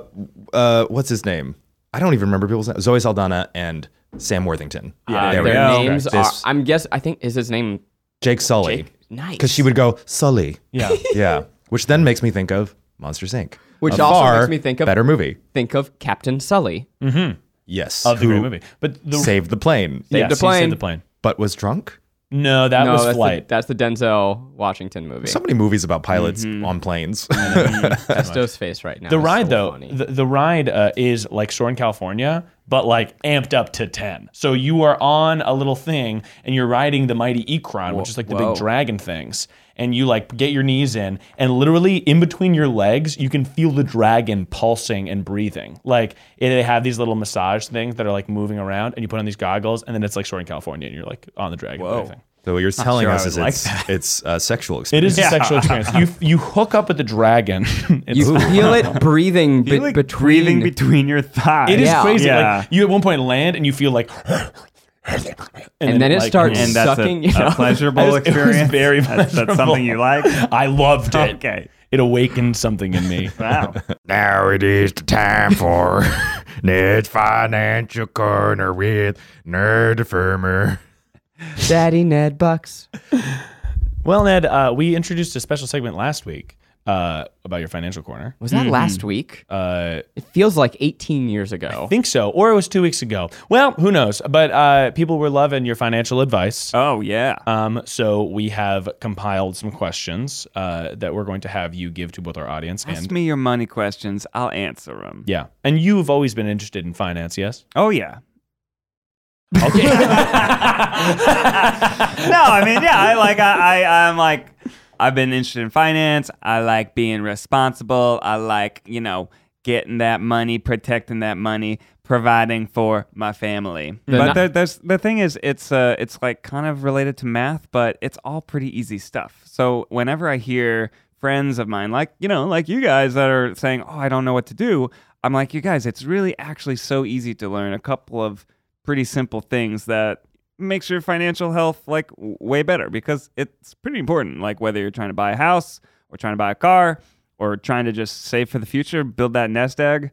S1: uh, what's his name? I don't even remember people's names. Zoe Saldana and Sam Worthington.
S2: Uh,
S1: There we
S2: their
S1: go.
S2: names
S1: Okay.
S2: are.
S1: This-
S2: I'm guess. I think is his name
S1: Jake Sully.
S2: Jake? Nice.
S1: Because she would go Sully.
S5: yeah,
S1: Yeah. Which then makes me think of Monsters Inc.
S2: Which
S1: A
S2: also
S1: far
S2: makes me think of-
S1: better movie.
S2: think of Captain Sully.
S1: Yes.
S5: of the
S1: Who
S5: great movie. But the
S1: saved the plane,
S5: yes,
S2: the
S5: he saved
S2: plane.
S5: the plane.
S1: but was drunk.
S5: No, that
S2: no,
S5: was
S2: that's
S5: flight.
S2: The, that's the Denzel Washington movie.
S1: So many movies about pilots on planes.
S2: Testo's face right now.
S5: the
S2: is
S5: ride
S2: so
S5: though
S2: funny.
S5: the, the ride uh, is like soaring california but like amped up to 10 so you are on a little thing and you're riding the mighty ecron which is like the
S2: whoa.
S5: big dragon things and you like get your knees in and literally in between your legs you can feel the dragon pulsing and breathing like it, they have these little massage things that are like moving around and you put on these goggles and then it's like soaring california and you're like on the dragon Whoa.
S1: so what you're telling
S3: sure I
S1: us
S3: would
S1: is it's,
S3: like
S1: it's a sexual
S5: it
S1: experience.
S5: is a sexual experience you you hook up with the dragon It's-
S2: you feel it breathing be-
S3: You're, like,
S2: between.
S3: breathing between your thighs.
S5: It is
S2: Yeah.
S5: crazy.
S3: Yeah.
S5: Like you at one point land and you feel like, and,
S2: And then it
S5: like,
S2: starts-
S5: mm.
S3: and that's
S2: Sucking,
S3: a,
S2: you know?
S3: a pleasurable
S5: I just- it was
S3: experience.
S5: very
S3: That's- That's something you like.
S5: I loved it.
S3: Okay.
S5: It awakened something in me.
S3: Wow.
S4: Now it is the time for Ned's Financial Corner with Nerd Firmer.
S2: Daddy Ned Bucks.
S5: well, Ned, uh, we introduced a special segment last week uh, about your financial corner.
S2: Was that last week?
S5: Uh,
S2: It feels like 18 years ago.
S5: I think so, or it was two weeks ago. Well, who knows? But uh, people were loving your financial advice.
S3: Oh yeah.
S5: Um, so we have compiled some questions uh, that we're going to have you give to both our audience
S3: Ask
S5: and
S3: me your money questions. I'll answer them.
S5: yeah. And you've always been interested in finance, yes?
S3: Oh yeah.
S5: Okay.
S3: No, I mean yeah. I like I, I I'm like I've been interested in finance. I like being responsible. I like you know getting that money, protecting that money, providing for my family. but
S2: not-
S3: there, there's the thing is it's uh it's like kind of related to math, but it's all pretty easy stuff. So whenever I hear friends of mine like you know like you guys that are saying oh I don't know what to do, I'm like you guys it's really actually so easy to learn a couple of pretty simple things that makes your financial health like w- way better because it's pretty important like whether you're trying to buy a house or trying to buy a car or trying to just save for the future, build that nest egg,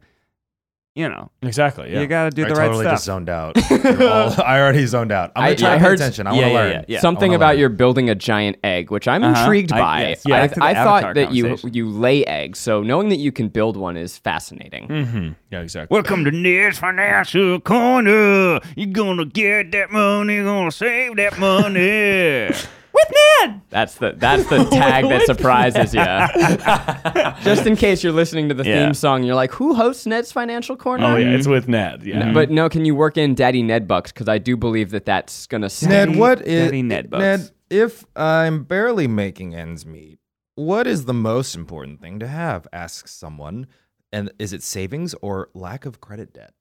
S3: you know,
S5: exactly. Yeah.
S3: you got to do
S1: I
S3: the right
S1: totally
S3: stuff.
S1: just zoned out. All- I already zoned out. I'm
S2: I-
S1: gonna try
S2: I
S1: to pay
S2: heard-
S1: attention. I
S3: yeah,
S1: want to
S3: yeah,
S1: learn.
S3: yeah, yeah.
S2: Something
S1: I wanna
S2: about
S1: learn.
S2: you're building a giant egg, which I'm
S3: Uh-huh.
S2: intrigued
S3: I-
S2: by.
S3: yes, yeah,
S2: I,
S3: back to the
S2: I
S3: Avatar
S2: thought that you
S3: conversation.
S2: you lay eggs, so knowing that you can build one is fascinating.
S5: Mm-hmm. Yeah, exactly.
S7: Welcome to Ned's Financial Corner. You're gonna get that money, gonna save that money.
S2: That's the that's the tag that surprises you. Just in case you're listening to the
S3: Yeah.
S2: theme song, you're like, "Who hosts Ned's Financial Corner?" Mm.
S5: Oh yeah, it's with Ned. Yeah.
S2: But no, can you work in Daddy Ned bucks? Because I do believe that that's gonna stay.
S1: Ned, what is
S3: Daddy Ned bucks.
S1: Ned? If I'm barely making ends meet, what is the most important thing to have? Asks someone, and is it savings or lack of credit debt?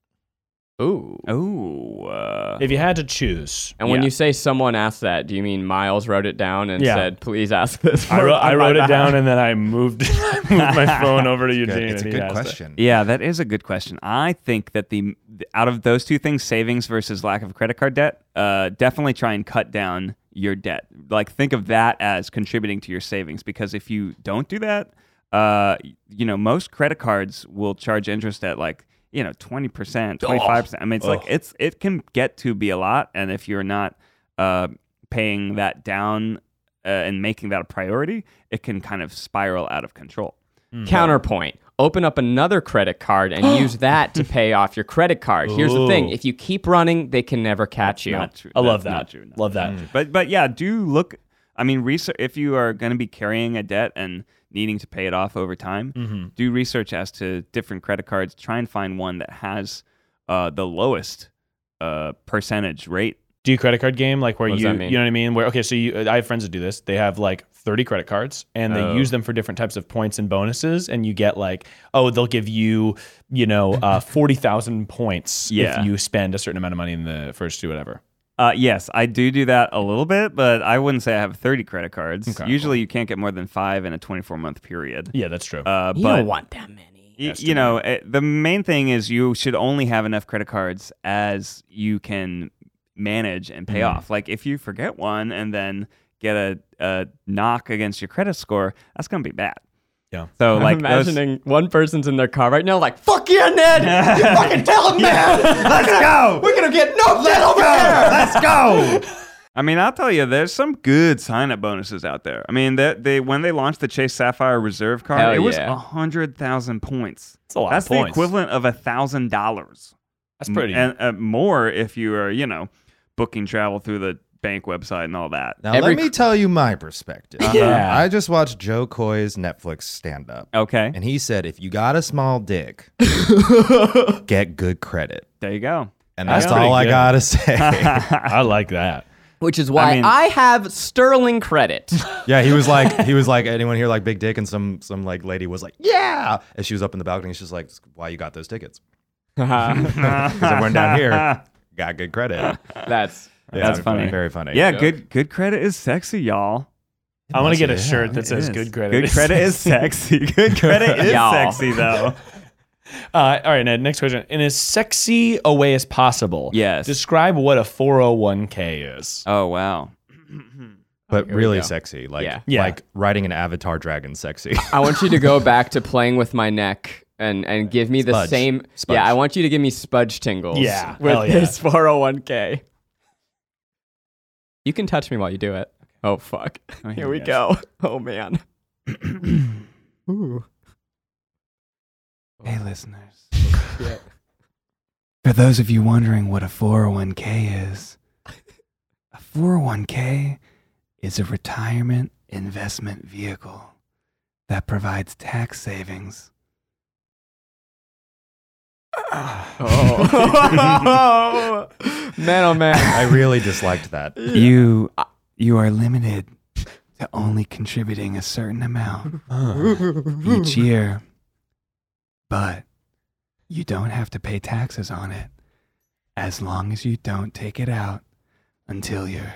S2: Ooh.
S3: Oh, uh,
S5: If you had to choose,
S2: And when
S3: Yeah.
S2: you say someone asked that, do you mean Miles wrote it down and
S5: Yeah.
S2: said, "Please ask this"?
S5: I
S2: for
S5: wrote,
S2: me?"
S5: I wrote it down and then I moved, I moved my phone over to Eugene.
S1: Good. It's a
S5: and he
S1: good
S5: asked it.
S1: question.
S3: yeah, that is a good question. I think that the out of those two things, savings versus lack of credit card debt, uh, definitely try and cut down your debt. Like think of that as contributing to your savings because if you don't do that, uh, you know, most credit cards will charge interest at like you know twenty percent, twenty five percent. I mean, it's like it's it can get to be a lot, and if you're not uh, paying that down uh, and making that a priority, it can kind of spiral out of control.
S2: Counterpoint. Open up another credit card and use that to pay off your credit card. Here's the thing:
S5: Ooh.
S2: if you keep running, they can never catch you.
S3: Not true.
S5: I love
S3: That's not
S5: that.
S3: true, no.
S5: Love that.
S3: But but yeah, do look. I mean, research. If you are going to be carrying a debt and needing to pay it off over time,
S5: Mm-hmm.
S3: do research as to different credit cards. Try and find one that has uh, the lowest uh, percentage rate.
S5: Do you credit card game like where
S2: What does
S5: you
S2: that mean?
S5: you know what I mean? Where okay, so you I have friends that do this. They have like 30 credit cards and they use them for different types of points and bonuses and you get like oh, they'll give you, you know, uh 40,000 points
S3: Yeah.
S5: if you spend a certain amount of money in the first two whatever.
S3: Uh, yes, I do do that a little bit, but I wouldn't say I have 30 credit cards.
S5: Okay,
S3: Usually, you can't get more than five in a 24 month period.
S5: Yeah, that's true.
S3: Uh,
S2: You
S3: but
S2: don't want that many.
S3: Y- you know, eh, the main thing is you should only have enough credit cards as you can manage and pay
S5: Mm-hmm.
S3: off. Like if you forget one and then get a, a knock against your credit score, that's gonna be bad.
S5: Yeah.
S3: So like
S2: I'm
S3: those-
S2: imagining one person's in their car right now, like, fuck yeah, Ned! you fucking tell him, man! Let's go! We're gonna get no debt over there!
S3: Let's go. I mean, I'll tell you, there's some good sign-up bonuses out there. I mean, that they when they launched the Chase Sapphire Reserve card,
S2: Hell
S3: it was
S2: yeah.
S3: a hundred thousand points.
S5: that's a lot
S3: That's
S5: of
S3: the
S5: points.
S3: equivalent of a thousand dollars.
S5: That's pretty.
S3: and uh, more if you are you know booking travel through the bank website and all that
S1: Now
S2: Every
S1: let me tell you my perspective.
S5: Yeah.
S1: I just watched Joe Coy's Netflix stand up.
S3: okay
S1: And he said, if you got a small dick, get good credit.
S3: there you go
S1: And
S5: That's
S1: that's,
S5: pretty
S1: all I
S5: good.
S1: gotta say.
S5: I like that.
S2: Which is why I,
S3: mean-
S2: have sterling credit.
S1: yeah, he was like, he was like, anyone here like big dick? And some some like lady was like, yeah. And she was up in the balcony. She's like, why you got those tickets?
S3: Uh-huh.
S1: Because everyone down here got good credit. Yeah,
S2: That's
S3: Ah. That's
S1: it's
S3: funny.
S1: Very funny.
S3: yeah Oh, good good credit is sexy y'all
S5: I want
S1: must
S5: to get a
S1: be, yeah,
S5: shirt that
S3: It
S5: says
S3: is.
S5: good credit.
S3: good credit is sexy good credit is
S2: Y'all.
S3: sexy though
S5: Uh, all right, Ned. Next question. In as sexy a way as possible.
S3: Yes.
S5: Describe what a 401k is.
S3: oh wow
S1: But really sexy. Like,
S2: Yeah.
S5: Yeah.
S1: like riding an avatar dragon sexy.
S2: I want you to go back to playing with my neck and and give me the
S1: Spudge.
S2: same.
S1: Spudge.
S2: Yeah, I want you to give me spudge tingles.
S5: Yeah,
S2: with
S5: hell yeah.
S2: this 401k. You can touch me while you do it. Oh fuck! Here we go. Oh man. Ooh.
S3: hey listeners for those of you wondering what a 401k is a 401k is a retirement investment vehicle that provides tax savings
S2: Oh. man, oh man.
S1: I really disliked that.
S3: you uh, you are limited to only contributing a certain amount each year but you don't have to pay taxes on it as long as you don't take it out until you're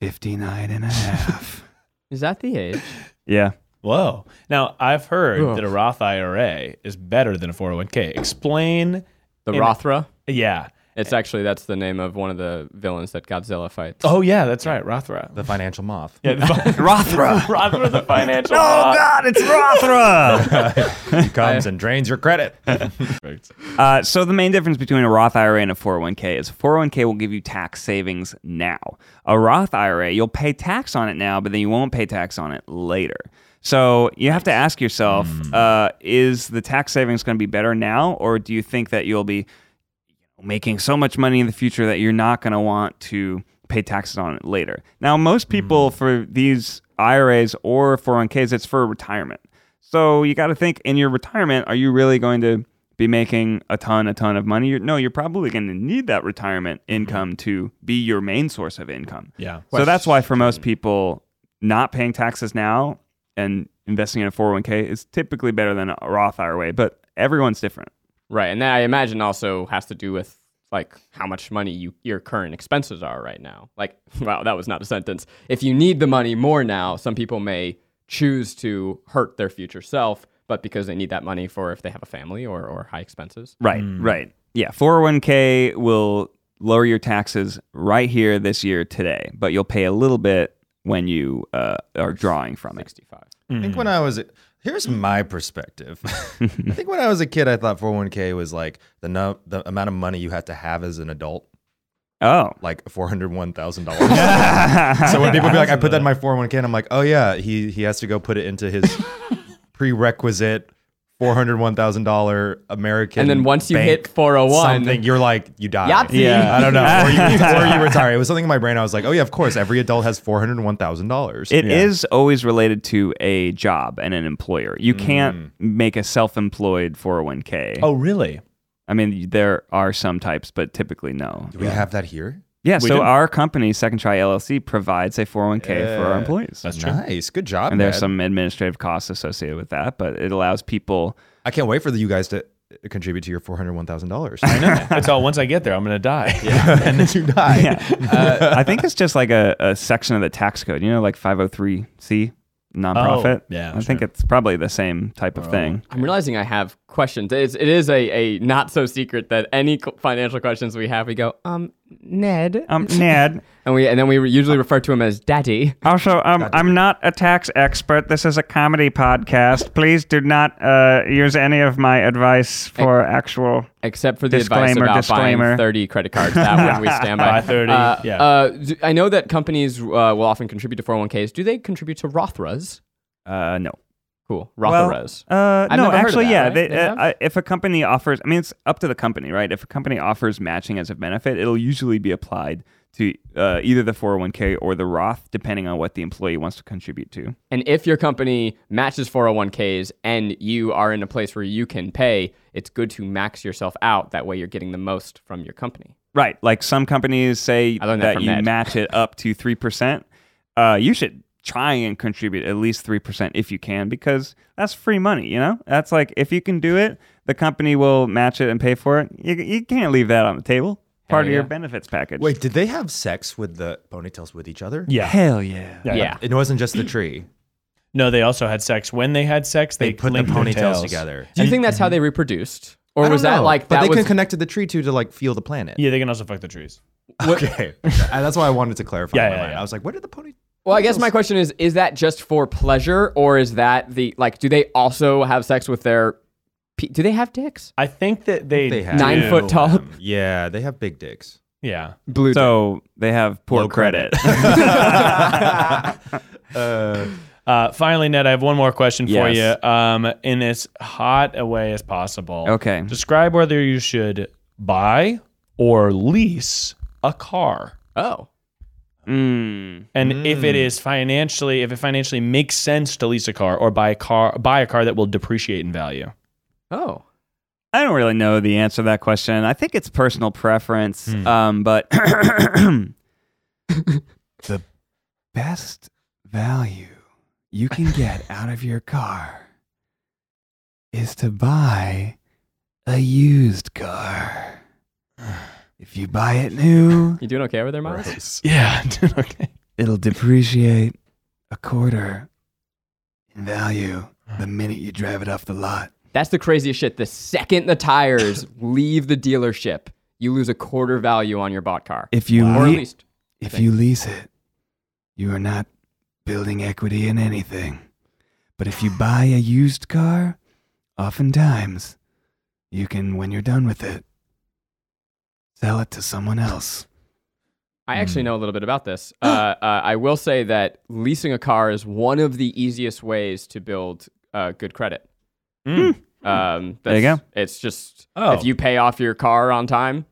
S3: 59 and a half
S2: Is that the age?
S3: yeah
S5: Whoa. Now, I've heard
S2: Whoa.
S5: that a Roth IRA is better than a 401k. Explain.
S2: The
S5: In-
S2: Rothra?
S5: Yeah.
S2: It's actually that's the name of one of the villains that Godzilla fights.
S5: Oh, yeah, that's right. Rothra.
S1: The financial moth.
S5: yeah, the fi-
S3: rothra
S5: Rothra, the financial.
S3: Oh, god it's rothra
S1: He comes and drains your credit.
S3: Uh, so the main difference between a Roth IRA and a 401k is a 401k will give you tax savings now. A Roth IRA, you'll pay tax on it now, but then you won't pay tax on it later. So you have to ask yourself: uh, Is the tax savings going to be better now, or do you think that you'll be making so much money in the future that you're not going to want to pay taxes on it later. Now, most people for these IRAs or 401ks, it's for retirement. So you got to think in your retirement, are you really going to be making a ton, a ton of money? You're, no, you're probably going to need that retirement income to be your main source of income.
S5: Yeah.
S3: So that's why for most people, not paying taxes now and investing in a 401k is typically better than a Roth IRA, but everyone's different.
S2: Right, and that I imagine also has to do with like how much money you your current expenses are right now. Like, wow, that was not a sentence. If you need the money more now, some people may choose to hurt their future self, but because they need that money for if they have a family or or high expenses.
S3: Right,
S5: Hmm.
S3: right. Yeah, 401k will lower your taxes right here this year today, but you'll pay a little bit when you uh, are drawing from it.
S2: Sixty-five.
S1: I think when I was here's my perspective. I think when I was a kid, I thought 401k was like the no, the amount of money you have to have as an adult,
S3: Oh,
S1: like four hundred one thousand dollars. so when people be like, I put that oh, in my 401k, and I'm like, oh yeah, he he has to go put it into his prerequisite four hundred one thousand dollar American.
S2: And then once you
S1: bank
S2: hit 401,
S1: something, you're like you die.
S2: Yahtzee.
S1: I don't know. Or you, or you retire. It was something in my brain. I was like, oh yeah, of course. Every adult has four hundred one thousand dollars.
S3: It is always related to a job and an employer. You can't make a self-employed 401k.
S5: Hmm. Oh, really?
S3: I mean, there are some types, but typically no.
S1: Do we have that here?
S3: Yeah, so
S5: do.
S3: our company, Second Try LLC, provides a 401k for our employees.
S5: That's true.
S1: Nice. Good job.
S3: and there's
S1: Matt.
S3: some administrative costs associated with that, but it allows people
S1: I can't wait for the, you guys to uh, contribute to your four hundred one thousand dollars.
S5: I know. That's all. Once I get there, I'm gonna die.
S1: and then you die.
S3: I think it's just like a, a section of the tax code, you know, like 503C, nonprofit.
S5: Oh, yeah,
S3: I think
S5: sure. Oh.
S3: it's probably the same type of thing.
S2: I'm realizing I have questions. It's, it is a, a not so secret that any co- financial questions we have, we go, um, Ned,
S3: Um, Ned,
S2: and we and then we re- usually refer to him as Daddy.
S7: Also, um, I'm not a tax expert. This is a comedy podcast. Please do not uh, use any of my advice for actual.
S2: Except for the
S7: Disclaimer,
S2: advice about buying
S7: disclaimer.
S2: 30 credit cards. That one we stand by.
S5: Buy 30,
S2: Uh,
S5: yeah.
S2: uh, d- I know that companies uh, will often contribute to 401ks. Do they contribute to Rothras?
S3: uh, no.
S2: Cool. Rothras.
S3: Uh,
S2: I've
S3: no,
S2: never heard of
S3: actually,
S2: that,
S3: yeah.
S2: right?
S3: They,
S2: They
S3: uh,
S2: have?
S3: I- if a company offers, I mean, it's up to the company, right? If a company offers matching as a benefit, it'll usually be applied to uh, either the 401k or the Roth, depending on what the employee wants to contribute to.
S2: and if your company matches 401ks and you are in a place where you can pay, it's good to max yourself out. That way you're getting the most from your company.
S3: Right. Like some companies say
S2: I
S3: that,
S2: learned that from
S3: you
S2: Ned.
S3: match it up to 3%. Uh, you should try and contribute at least 3% if you can, because that's free money, you know? That's like, if you can do it, the company will match it and pay for it. You, you can't leave that on the table. Part of your
S2: yeah.
S3: benefits package.
S1: Wait, did they have sex with the ponytails with each other?
S5: Yeah.
S3: Hell yeah.
S5: Yeah.
S2: yeah.
S1: It wasn't just the tree.
S5: No, they also had sex. When they had sex, they,
S1: They put the
S5: linked their
S1: ponytails
S5: tails.
S1: together.
S2: Do you think that's how they reproduced? Or
S1: I
S2: was
S1: don't
S2: that
S1: know,
S2: like
S1: But
S2: that
S1: they
S2: was
S1: can connect to the tree too to like feel the planet.
S5: Yeah, they can also fuck the trees.
S1: Okay, Uh, that's why I wanted to clarify.
S5: Yeah,
S1: in my
S5: yeah,
S1: mind.
S5: yeah.
S1: I was like, what did the pony?
S2: Well, I guess my question is is that just for pleasure or is that the like do they also have sex with their pe- do they have dicks?
S5: I think that they,
S1: They have
S2: Nine
S5: do.
S2: foot tall
S1: Um, yeah, they have big dicks.
S5: Yeah.
S2: blue
S3: So they have poor
S1: Low
S3: credit.
S1: credit.
S5: Uh, finally, Ned, I have one more question
S3: Yes.
S5: for you. Um, in as hot a way as possible.
S3: Okay.
S5: Describe whether you should buy or lease a car.
S2: Oh.
S3: Mm.
S5: And if it is financially, if it financially makes sense to lease a car or buy a car, buy a car that will depreciate in value.
S2: Oh.
S3: I don't really know the answer to that question. I think it's personal preference.
S2: Hmm.
S3: Um, but the best value you can get out of your car is to buy a used car. If you buy it new,
S2: You doing okay over there, Miles?
S5: Yeah. okay.
S3: it'll depreciate a quarter in value the minute you drive it off the lot.
S2: That's the craziest shit. The second the tires leave the dealership, you lose a quarter value on your bought car.
S3: If you
S2: or at
S3: lea-
S2: least
S3: If
S2: think.
S3: you lease it, you are not building equity in anything. But if you buy a used car, oftentimes you can, when you're done with it, sell it to someone else.
S2: I
S3: Hmm.
S2: actually know a little bit about this. uh, uh, I will say that leasing a car is one of the easiest ways to build uh, good credit. Um,
S3: Hmm. There you
S2: that's- It's just
S5: Oh.
S2: if you pay off your car on time,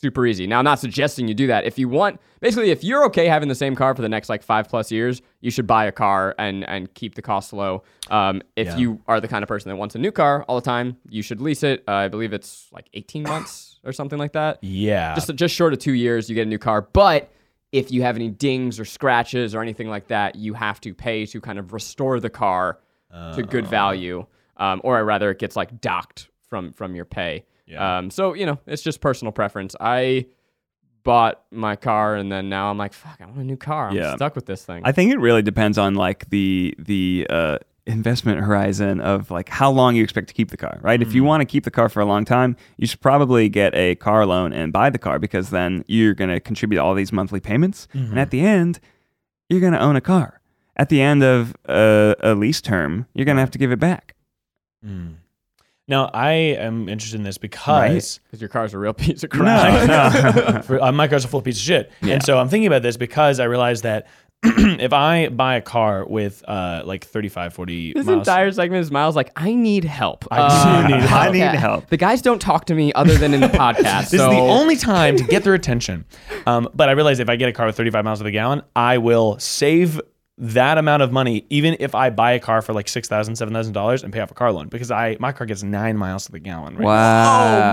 S2: super easy. Now, I'm not suggesting you do that. If you want, basically, if you're okay having the same car for the next like five plus years, you should buy a car and and keep the cost low. Um, if you are the kind of person that wants a new car all the time, you should lease it. Uh, I believe it's like 18 months or something like that
S5: Yeah.
S2: just just short of two years, you get a new car. But if you have any dings or scratches or anything like that, you have to pay to kind of restore the car to good value, um, or rather, it gets like docked from from your pay. Um, so you know, it's just personal preference. I bought my car, and then now I'm like, fuck, I want a new car. I'm
S3: Yeah.
S2: stuck with this thing.
S3: I think it really depends on like the the uh, investment horizon of like how long you expect to keep the car, right? If
S1: Mm-hmm.
S3: you want to keep the car for a long time, you should probably get a car loan and buy the car because then you're going to contribute all these monthly payments,
S1: Mm-hmm.
S3: and at the end, you're going to own a car. At the end of uh, a lease term, you're going to have to give it back.
S5: now I am interested in this because
S3: Right.
S2: because your car's a real piece of
S3: No,
S2: crap.
S3: no.
S5: for, uh, my car's a full piece of shit. And so I'm thinking about this because I realized that if I buy a car with uh, like 35, 40
S2: This
S5: miles,
S2: entire segment is Miles like, I need help. I
S5: do need
S3: help. I need help.
S2: The guys don't talk to me other than in the podcast.
S5: This
S2: so
S5: is the only time to get their attention. Um, but I realize if I get a car with 35 miles to the gallon, I will save that amount of money, even if I buy a car for like $6,000, $7,000 and pay off a car loan because I my car gets nine miles to the gallon. Right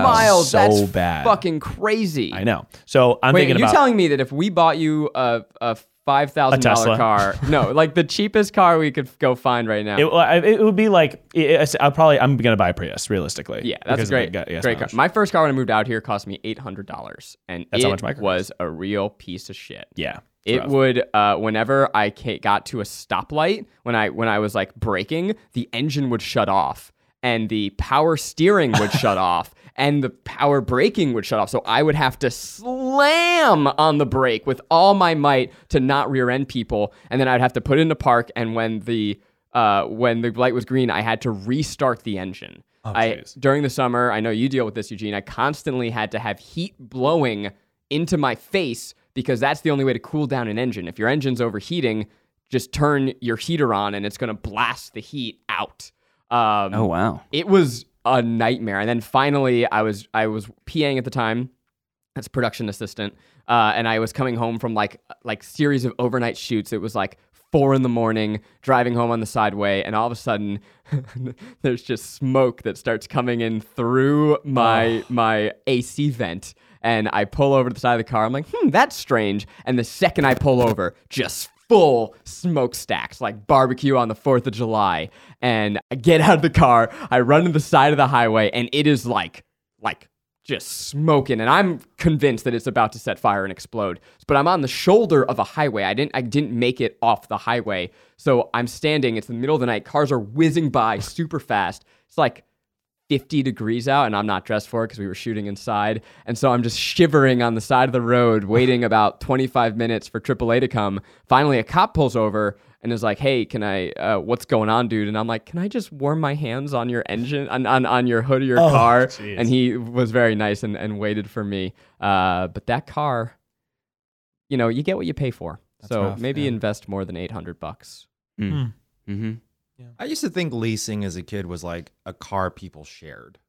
S2: Oh, Miles,
S5: So
S2: that's
S5: bad.
S2: fucking crazy.
S5: now. I know. So I'm
S2: Wait,
S5: thinking
S2: you're
S5: about
S2: telling me that if we bought you a, a five thousand dollar
S5: Tesla.
S2: car, no, like the cheapest car we could go find right now.
S5: it, well, I- it would be like, it, I'll probably, I'm going to buy a Prius realistically.
S2: yeah, that's
S5: because of
S2: great.
S5: the ga- gas
S2: great car.
S5: mileage.
S2: My first car when I moved out here cost me eight hundred dollars, and
S5: That's
S2: it
S5: how much my car
S2: was a real piece of shit.
S5: yeah.
S2: It would uh, whenever I ca- got to a stoplight when I when I was like braking, the engine would shut off and the power steering would shut off and the power braking would shut off. So I would have to slam on the brake with all my might to not rear end people, and then I'd have to put it into park. And when the uh, when the light was green, I had to restart the engine. I during the summer, I know you deal with this, Eugene. I constantly had to have heat blowing into my face because that's the only way to cool down an engine. If your engine's overheating, just turn your heater on and it's going to blast the heat out. Um,
S3: Oh wow.
S2: it was a nightmare. And then finally, I was I was PAing at the time as a production assistant, uh, and I was coming home from like like series of overnight shoots. It was like four in the morning, driving home on the sideway, and all of a sudden, there's just smoke that starts coming in through my my AC vent. And I pull over to the side of the car. I'm like, hmm, that's strange. And the second I pull over, just full smokestacks, like barbecue on the 4th of July. And I get out of the car, I run to the side of the highway, and it is like, like, just smoking and i'm convinced that it's about to set fire and explode but i'm on the shoulder of a highway i didn't i didn't make it off the highway so i'm standing it's the middle of the night cars are whizzing by super fast it's like 50 degrees out and I'm not dressed for it because we were shooting inside. And so I'm just shivering on the side of the road, waiting about 25 minutes for AAA to come. Finally, a cop pulls over and is like, Hey, can I, uh, what's going on, dude? And I'm like, Can I just warm my hands on your engine, on, on, on your hood of
S5: Oh,
S2: your car? And he was very nice and, and waited for me. Uh, but that car, you know, you get what you pay for. so
S5: rough,
S2: maybe
S5: yeah.
S2: invest more than 800 bucks.
S3: Mm-hmm.
S1: I used to think leasing as a kid was like a car people shared.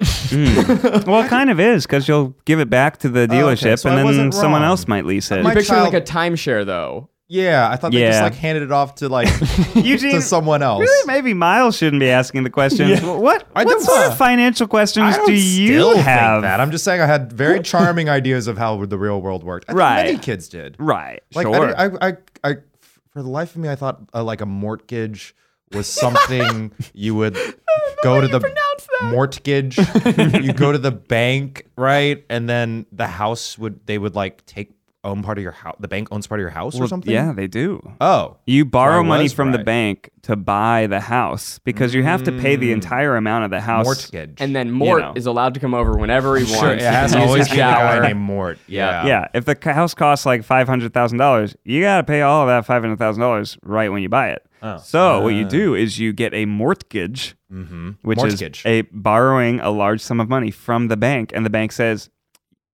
S3: Mm. well, it kind of is because you'll give it back to the
S1: Oh, okay,
S3: dealership,
S1: so I
S3: and then
S1: wasn't
S3: someone
S1: wrong.
S3: else might lease it.
S1: My
S2: You're picturing
S1: child-
S2: like a timeshare though.
S1: Yeah, I thought they
S3: Yeah.
S1: just like handed it off to like
S3: Eugene,
S1: to someone else.
S3: Really, maybe Miles shouldn't be asking the questions. Wh- What
S1: I
S3: what
S1: don't-
S3: sort of financial questions
S1: I don't
S3: do you
S1: still
S3: have?
S1: think that. I'm just saying I had very charming ideas of how the real world worked. I think
S3: Right.
S1: many kids did.
S3: right,
S1: Like I
S3: sure.
S1: didn't- I, I, I, for the life of me, I thought uh, like a mortgage was something you would go to the mortgage. you go to the bank, right, and then the house would they would like take own part of your house. The bank owns part of your house or something.
S3: yeah, they do.
S1: Oh,
S3: You borrow
S1: So I
S3: money
S1: was
S3: from the
S1: right.
S3: bank to buy the house because you have to pay
S1: Mm.
S3: the entire amount of the house.
S1: mortgage.
S2: And then Mort
S3: know.
S2: is allowed to come over whenever he wants.
S1: sure, it
S2: He can
S1: has
S2: use
S1: always
S2: his
S1: been a guy
S2: shower.
S1: named Mort. Yeah.
S3: Yeah, if the ca- house costs like five hundred thousand dollars, you gotta pay all of that five hundred thousand dollars right when you buy it.
S1: Oh. Ah.
S3: so what you do is you get a mortgage, which
S1: Mm-hmm. Mortgage.
S3: is a borrowing a large sum of money from the bank, and the bank says,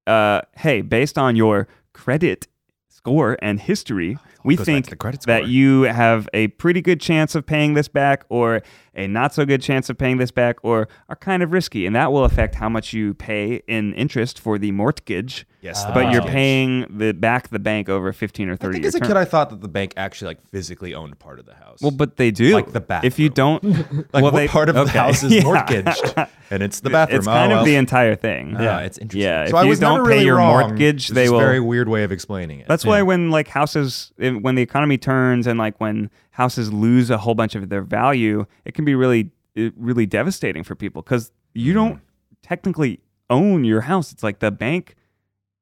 S3: uh, "Hey, based on your credit score and history, we
S1: Oh, goes back
S3: think
S1: to the credit
S3: that
S1: score.
S3: you have a pretty good chance of paying this back, or a not so good chance of paying this back, or are kind of risky, and that will affect how much you pay in interest for the mortgage."
S1: Yes, the
S3: but you're
S1: mortgage.
S3: paying the back the bank over 15 or 30
S1: I think
S3: year
S1: as a
S3: term.
S1: kid, I thought that the bank actually like physically owned part of the house.
S3: well, but they do.
S1: Like the bathroom.
S3: If you don't,
S1: like
S3: well,
S1: what
S3: they-
S1: part of the
S3: okay.
S1: house is
S3: Yeah.
S1: mortgaged? And it's the bathroom.
S3: It's
S1: Oh,
S3: kind
S1: well.
S3: of the entire thing.
S1: Yeah, Ah, it's interesting.
S3: Yeah,
S1: so
S3: if
S1: I
S3: you
S1: was
S3: don't
S1: never
S3: pay
S1: really
S3: your
S1: wrong.
S3: mortgage,
S1: It's
S3: they
S1: just
S3: will-
S1: A very weird way of explaining it.
S3: That's why when like houses, in- when the economy turns and like when houses lose a whole bunch of their value, it can be really, it- really devastating for people because you don't technically own your house. It's like the bank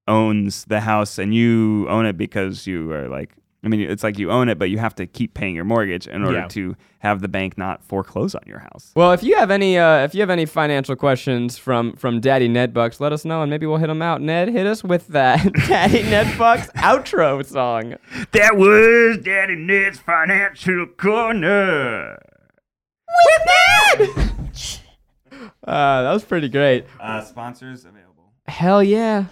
S3: owns the house and you own it because you are like, I mean, it's like you own it, but you have to keep paying your mortgage in order
S5: Yeah.
S3: to have the bank not foreclose on your house.
S2: Well, if you have any, uh, if you have any financial questions from from Daddy Ned Bucks, let us know, and maybe we'll hit him out. Ned, hit us with that Daddy Ned Bucks outro song.
S3: That was Daddy Ned's Financial Corner.
S2: Uh, that was pretty great.
S3: Uh, sponsors available.
S2: Hell yeah.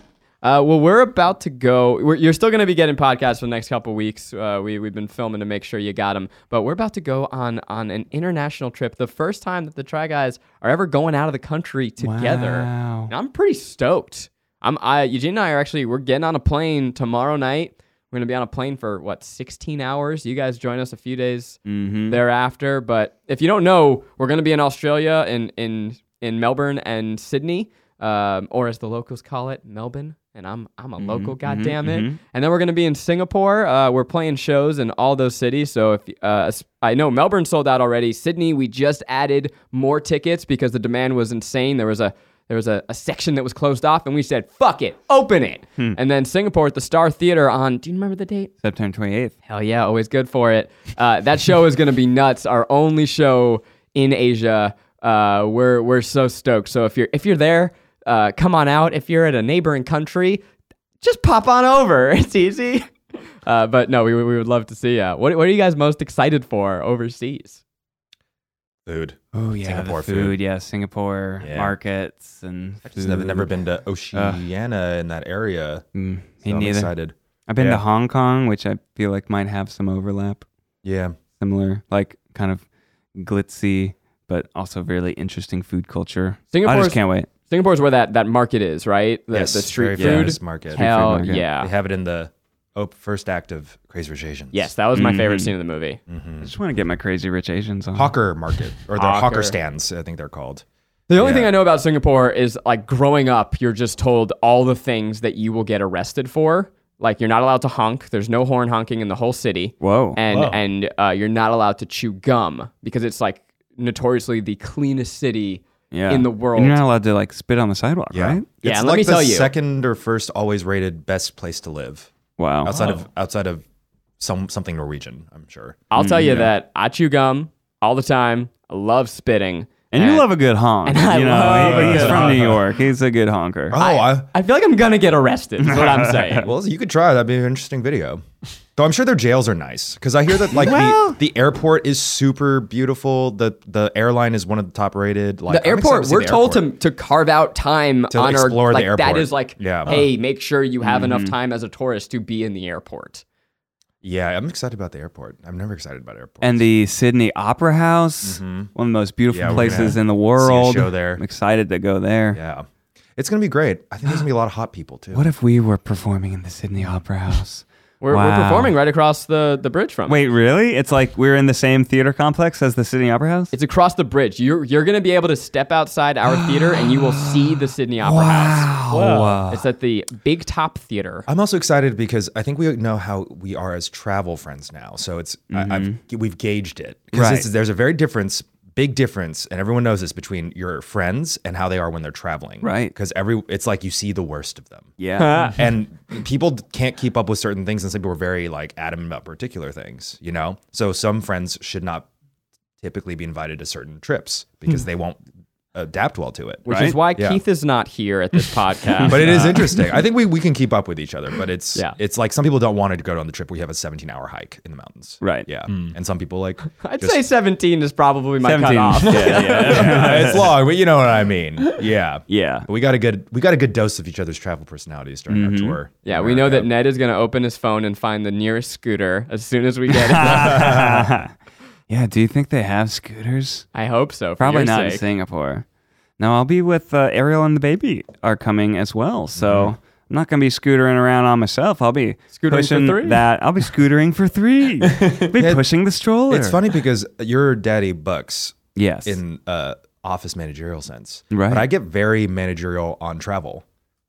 S2: Uh, well, we're about to go. We're, you're still going to be getting podcasts for the next couple weeks. Uh, we we've been filming to make sure you got them, but we're about to go on on an international trip. The first time that the Try Guys are ever going out of the country together.
S3: Wow.
S2: And I'm pretty stoked. I'm I Eugene and I are actually we're getting on a plane tomorrow night. We're gonna be on a plane for what 16 hours. You guys join us a few days
S3: Mm-hmm.
S2: thereafter. But if you don't know, we're gonna be in Australia in in in Melbourne and Sydney, um, or as the locals call it, Melbourne. And I'm I'm a local, goddamn it. And then we're gonna be in Singapore. Uh, we're playing shows in all those cities. So if uh, I know Melbourne sold out already. Sydney, we just added more tickets because the demand was insane. There was a there was a, a section that was closed off, and we said, fuck it, open it. And then Singapore at the Star Theater on, do you remember the date?
S3: September 28th.
S2: Hell yeah, always good for it. Uh, that show is going to be nuts. Our only show in Asia. Uh, we're we're so stoked. So if you're if you're there, uh, come on out. If you're at a neighboring country, just pop on over. It's easy. Uh, but no, we, we would love to see you. What, what are you guys most excited for overseas?
S1: Food.
S3: Oh yeah,
S1: Singapore
S3: Singapore
S1: food.
S3: food. Yeah, Singapore
S1: Yeah.
S3: markets and
S1: I've just never, never been to Oceania in that area.
S3: Mm,
S1: So
S3: me
S1: I'm
S3: neither.
S1: excited.
S3: I've been
S1: Yeah.
S3: to Hong Kong, which I feel like might have some overlap,
S1: Yeah.
S3: similar, like kind of glitzy, but also really interesting food culture. I
S2: Singapore's-
S3: just can't wait.
S2: Singapore's where that, that market is, right? The,
S1: yes,
S2: the street
S1: very
S2: food.
S1: famous market.
S2: Hell
S3: market.
S1: They
S2: yeah.
S1: have it in the oh, first act of Crazy Rich Asians.
S2: Yes, that was my favorite scene of the movie.
S1: Mm.
S3: I just want to get my crazy rich Asians on.
S1: Hawker market or the hawker.
S2: Hawker.
S1: stands, I think they're called.
S2: The only
S1: Yeah.
S2: thing I know about Singapore is like growing up, you're just told all the things that you will get arrested for. Like you're not allowed to honk. There's no horn honking in the whole city,
S3: Whoa.
S2: and
S5: Whoa.
S2: and uh, you're not allowed to chew gum because it's like notoriously the cleanest city
S3: yeah.
S2: in the world.
S3: And you're not allowed to like spit on the sidewalk, right?
S2: Yeah,
S1: it's
S2: and let
S1: like
S2: me
S1: the
S2: tell you-
S1: second or first always rated best place to live
S3: Wow.
S1: outside of outside of some something Norwegian, I'm sure.
S2: I'll tell you
S3: Mm,
S2: that I chew gum all the time. I love spitting,
S3: and you love a good honk.
S2: And I
S3: you know,
S2: love
S3: he-
S2: a
S3: he's
S2: good
S3: from New York. He's a good honker.
S1: Oh, I,
S2: I feel like I'm gonna get arrested. Is what I'm saying.
S1: well, you could try. That'd be an interesting video. Though I'm sure their jails are nice because I hear that like the, the airport is super beautiful. The the airline is one of the top rated. Like
S2: the airport we're told to, to carve out time
S1: To
S2: on our
S1: explore the
S2: like that
S1: airport.
S2: is like
S1: Yeah. Mm-hmm.
S2: hey make sure you have enough time as a tourist to be in the airport
S1: Yeah, I'm excited about the airport. I'm never excited about airports.
S3: and the Sydney Opera House, one of the most beautiful
S1: Mm-hmm. Yeah, we're
S3: places
S1: gonna
S3: in the world.
S1: show there.
S3: I'm excited to go there.
S1: yeah, it's gonna be great. I think there's gonna be a lot of hot people too.
S3: What if we were performing in the Sydney Opera House?
S2: we're,
S3: Wow.
S2: we're performing right across the, the bridge from it.
S3: Wait, really? It's like we're in the same theater complex as the Sydney Opera House?
S2: it's across the bridge you're, you're gonna be able to step outside our theater and you will see the sydney opera house
S3: wow.
S2: it's at the big top theater
S1: I'm also excited because I think we know how we are as travel friends now. So it's I, I've we've gauged it because
S3: Mm-hmm. Right.
S1: it's- there's a very difference, big difference, and everyone knows this between your friends and how they are when they're traveling.
S3: Right.
S1: Because every it's like you see the worst of them.
S3: Yeah.
S1: and people d- can't keep up with certain things, and some people are very like adamant about particular things. You know, so some friends should not typically be invited to certain trips
S3: Hmm.
S1: because they won't adapt well to it.
S2: which is
S3: Right?
S2: why
S1: Yeah.
S2: keith is not here at this podcast
S1: But it is interesting. I think we, we can keep up with each other, but it's
S2: Yeah.
S1: it's like some people don't want to go on the trip. We have a 17 hour hike in the mountains.
S3: Right.
S1: Yeah. And some people like
S2: Hmm. i'd
S1: just-
S2: say 17 is probably my
S3: 17.
S2: cutoff
S3: yeah, yeah.
S1: it's long, but you know what I mean. Yeah.
S3: Yeah.
S1: But we got a good we got a good dose of each other's travel personalities during our tour.
S2: Mm-hmm. Yeah, we know that Ned is going to open his phone and find the nearest scooter as soon as we get it.
S3: Yeah, do you think they have scooters?
S2: I hope so. for
S3: Probably
S2: your
S3: not in
S2: sake.
S3: Singapore. No, I'll be with uh, Ariel and the baby are coming as well. So
S1: Mm-hmm.
S3: I'm not going to be scootering around on myself. I'll be
S2: Scootering for
S3: pushing
S2: three.
S3: that. I'll be scootering for three. I'll be pushing the stroller.
S1: It's funny because your daddy bucks
S3: Yes.
S1: in uh office managerial sense.
S3: Right.
S1: But I get very managerial on travel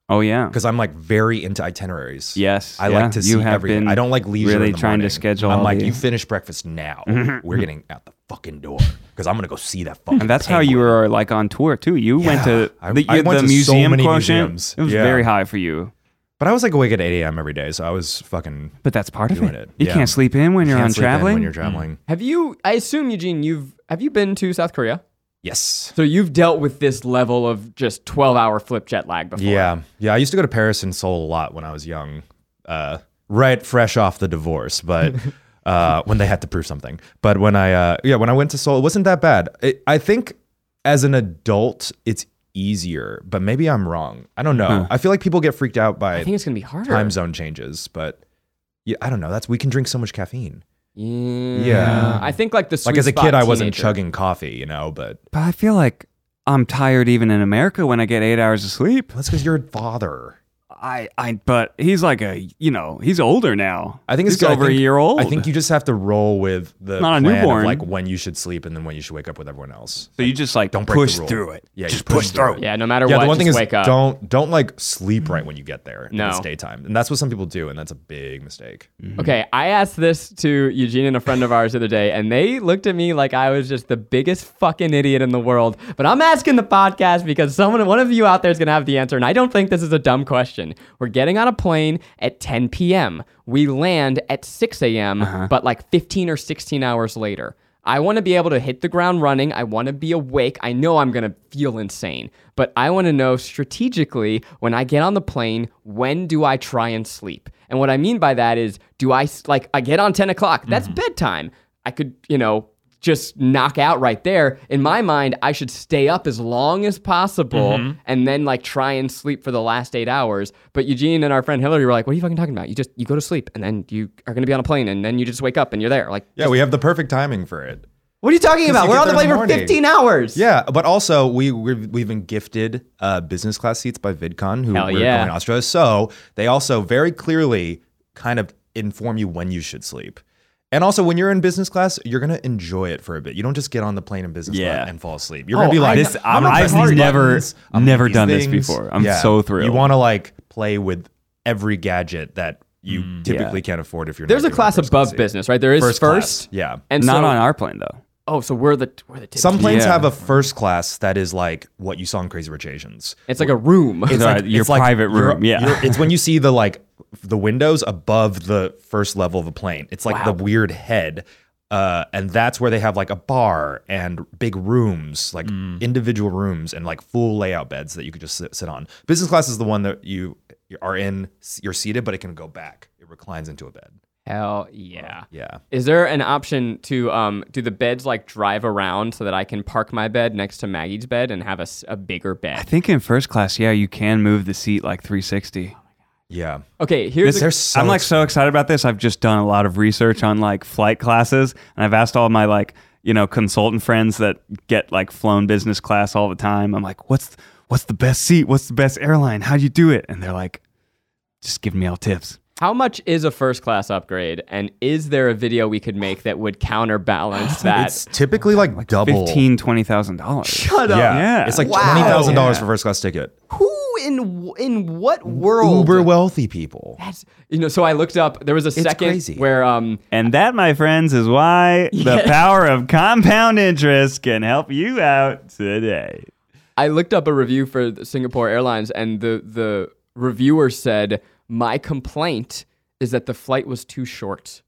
S3: oh, yeah.
S1: because I'm like very into itineraries.
S3: Yes,
S1: I
S3: yeah.
S1: like to see
S3: You have
S1: everything.
S3: been
S1: I don't like leisure.
S3: really
S1: in the
S3: trying to
S1: morning.
S3: schedule
S1: I'm
S3: all
S1: like,
S3: the-
S1: you finish breakfast now. We're getting out the fucking door because I'm gonna go see that fucking.
S3: And that's how you
S1: penguin.
S3: were like on tour too. You went to
S1: I-
S3: the,
S1: I
S3: you-
S1: went to
S3: the
S1: so
S3: museum
S1: many
S3: quotient.
S1: museums.
S3: It was
S1: Yeah.
S3: very high for you,
S1: But I was like awake at 8 a.m. every day, so I was fucking.
S3: but that's part of
S1: Doing it,
S3: it. You
S1: yeah.
S3: can't sleep in when you're
S1: can't
S3: on
S1: sleep in
S3: traveling. Mm.
S1: when you're traveling.
S2: Have you? I assume Eugene, you've have you been to South Korea?
S1: Yes.
S2: So you've dealt with this level of just twelve-hour flip jet lag before.
S1: Yeah, yeah. I used to go to Paris and Seoul a lot when I was young, uh, right, fresh off the divorce, but. Uh, when they had to prove something, but when I uh, yeah, when I went to Seoul, it wasn't that bad. It, I think as an adult, it's easier, but maybe I'm wrong. I don't know. I feel like people get freaked out by
S2: Hmm. I think it's gonna be harder.
S1: time zone changes, but yeah, I don't know. That's we can drink so much caffeine.
S2: Yeah.
S1: Yeah.
S2: I think like the sweet
S1: like as a
S2: spot
S1: kid, I wasn't
S2: teenager.
S1: chugging coffee, you know, but
S3: But I feel like I'm tired even in America when I get eight hours of sleep.
S1: that's because you're a father.
S3: I, I, but he's like a, you know, he's older now.
S1: I think
S3: he's
S1: it's good. I
S3: over a
S1: think-
S3: year old.
S1: I think you just have to roll with the
S3: Not a
S1: plan of,
S3: newborn.
S1: like when you should sleep and then when you should wake up with everyone else.
S3: so you just like
S1: Don't
S3: don't
S1: break the
S3: push
S1: rule.
S3: through it.
S1: Yeah, you
S3: just
S1: push
S3: push
S1: through
S3: through
S1: it.
S3: it.
S2: Yeah, no matter
S1: yeah,
S2: what.
S1: the one thing
S2: just
S1: is
S2: wake up.
S1: don't don't like sleep right when you get there.
S2: No.
S1: if it's daytime, and that's what some people do, and that's a big mistake.
S3: Mm.
S2: Okay, I asked this to Eugene and a friend of ours the other day, and they looked at me like I was just the biggest fucking idiot in the world. But I'm asking the podcast because someone, one of you out there is gonna have the answer, and I don't think this is a dumb question. We're getting on a plane at 10 p.m. We land at 6 a.m., but like 15 or 16 hours later. I want to be able to hit the ground running. I want to be awake. I know I'm going to feel insane, but I want to know strategically when I get on the plane, when do I try and sleep? And what I mean by that is, do I, s- like, I get on 10 o'clock, that's bedtime. I could, you know, just knock out right there. In my mind, I should stay up as long as possible and then like try and sleep for the last eight hours. But Eugene and our friend Hillary were like, what are you fucking talking about? You just, you go to sleep and then you are going to be on a plane and then you just wake up and you're there. Like,
S1: Yeah, we have the perfect timing for it.
S2: what are you talking about?
S1: you
S2: We're
S1: get
S2: on the
S1: there in
S2: plane
S1: the
S2: for
S1: morning.
S2: 15 hours.
S1: Yeah, but also we we've, we've been gifted uh, business class seats by VidCon, who
S2: Hell
S1: we're
S2: yeah.
S1: going to Australia. So they also very clearly kind of inform you when you should sleep. And also, when you're in business class, you're gonna enjoy it for a bit. You don't just get on the plane in business
S3: Yeah.
S1: class and fall asleep. You're gonna be like,
S3: this-
S1: I'm
S3: I'm-
S1: gonna
S3: I've
S1: press these
S3: never-
S1: buttons, I'm gonna
S3: never
S1: do these
S3: done this before. I'm so thrilled.
S1: You want to like play with every gadget that you
S3: Mm.
S1: typically can't afford if you're.
S2: There's
S1: not
S2: a
S1: doing
S2: class
S1: first class
S2: above
S1: seat.
S2: business, right? There is first.
S1: class. Yeah.
S2: And
S3: Not
S2: so,
S3: on our plane though.
S2: Oh, so we're the we're the tip.
S1: Some planes
S3: Yeah.
S1: have a first class that is like what you saw in Crazy Rich Asians.
S2: it's like a room.
S1: It's
S3: Right, your private
S1: you're-
S3: room, yeah.
S1: you're- it's when you see the like the windows above the first level of a plane. It's like the weird head. Uh, and that's where they have like a bar and big rooms, like
S3: Mm.
S1: individual rooms, and like full layout beds that you could just sit, sit on. Business class is the one that you you are in, you're seated, but it can go back. It reclines into a bed.
S2: Hell yeah.
S1: Yeah.
S2: Is there an option to um do the beds like drive around so that I can park my bed next to Maggie's bed and have a, s- a bigger
S3: I
S2: bed?
S3: think in first class, yeah, you can move the seat like 360.
S1: Yeah.
S2: Okay, here's
S1: They're
S2: a,
S1: so
S3: I'm like so excited about this. I've just done a lot of research on like flight classes, and I've asked all my like you know consultant friends that get like flown business class all the time. I'm like, what's what's the best seat? What's the best airline? How do you do it? And they're like, just give me all tips.
S2: how much is a first class upgrade and is there a video we could make that would counterbalance that?
S1: It's typically like, double.
S3: Fifteen, twenty thousand dollars.
S2: Shut up.
S1: Yeah.
S3: Yeah.
S1: It's like
S2: uh, Wow.
S1: $20,000
S3: Yeah.
S1: for first class ticket.
S2: Who in w- in what world
S1: Uber wealthy people.
S2: That's, you know, so I looked up. There was a second
S1: crazy.
S2: where um
S3: And that, my friends, is why the power of compound interest can help you out today.
S2: I looked up a review for the Singapore Airlines, and the the reviewer said, "My complaint is that the flight was too short.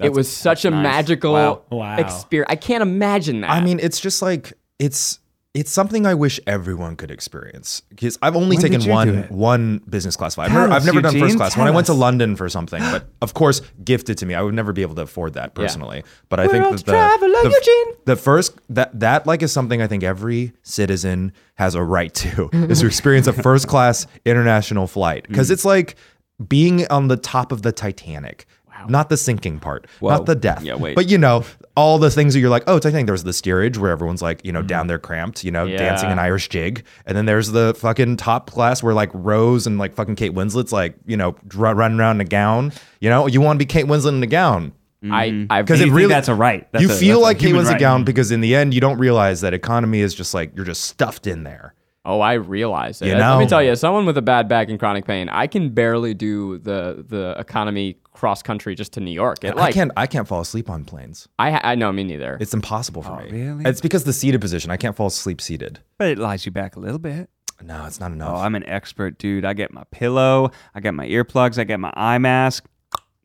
S2: it was such a magical
S8: Wow.
S2: experience. I can't imagine that.
S1: I mean, it's just like it's it's something I wish everyone could experience because I've only
S3: When
S1: taken
S3: did you do
S1: one
S3: it?
S1: one business class flight. I've
S3: Tell
S1: never, I've
S3: us,
S1: never done first
S3: Eugene,
S1: class. When I
S3: tell
S1: went to
S3: us.
S1: London for something, but of course, gifted to me. I would never be able to afford that personally. But I think
S2: World
S1: that the,
S2: traveler,
S1: the,
S2: Eugene.
S1: the first that that like is something I think every citizen has a right to is to experience a first class international flight because it's like being on the top of the Titanic. Not the sinking part, not the death. Yeah,
S3: wait.
S1: But you know, all the things that you're like, oh, Titanic. There's the steerage where everyone's like, you know, down there cramped, you know, dancing an Irish jig, and then there's the fucking top class where like Rose and like fucking Kate Winslet's like, you know, dr- running around in a gown. You know, you want to be Kate Winslet in a gown
S2: I I
S1: because it
S3: think
S1: really
S3: that's a right. That's
S1: you
S3: a-
S1: feel
S3: that's a
S1: like Kate
S3: human
S1: Winslet
S3: right.
S1: gown because in the end you don't realize that economy is just like you're just stuffed in there.
S2: oh I realize it.
S1: You
S2: Let me
S1: know.
S2: tell you, as someone with a bad back and chronic pain, I can barely do the the economy cross country just to New York. It,
S1: I
S2: like
S1: can't I can't fall asleep on planes.
S2: I ha- I know me neither.
S1: It's impossible for me.
S3: really?
S1: It's because the seated position. I can't fall asleep seated.
S3: But it lies you back a little bit.
S1: No, it's not
S3: Oh,
S1: enough.
S3: I'm an expert, dude. I get my pillow, I get my earplugs, I get my eye mask.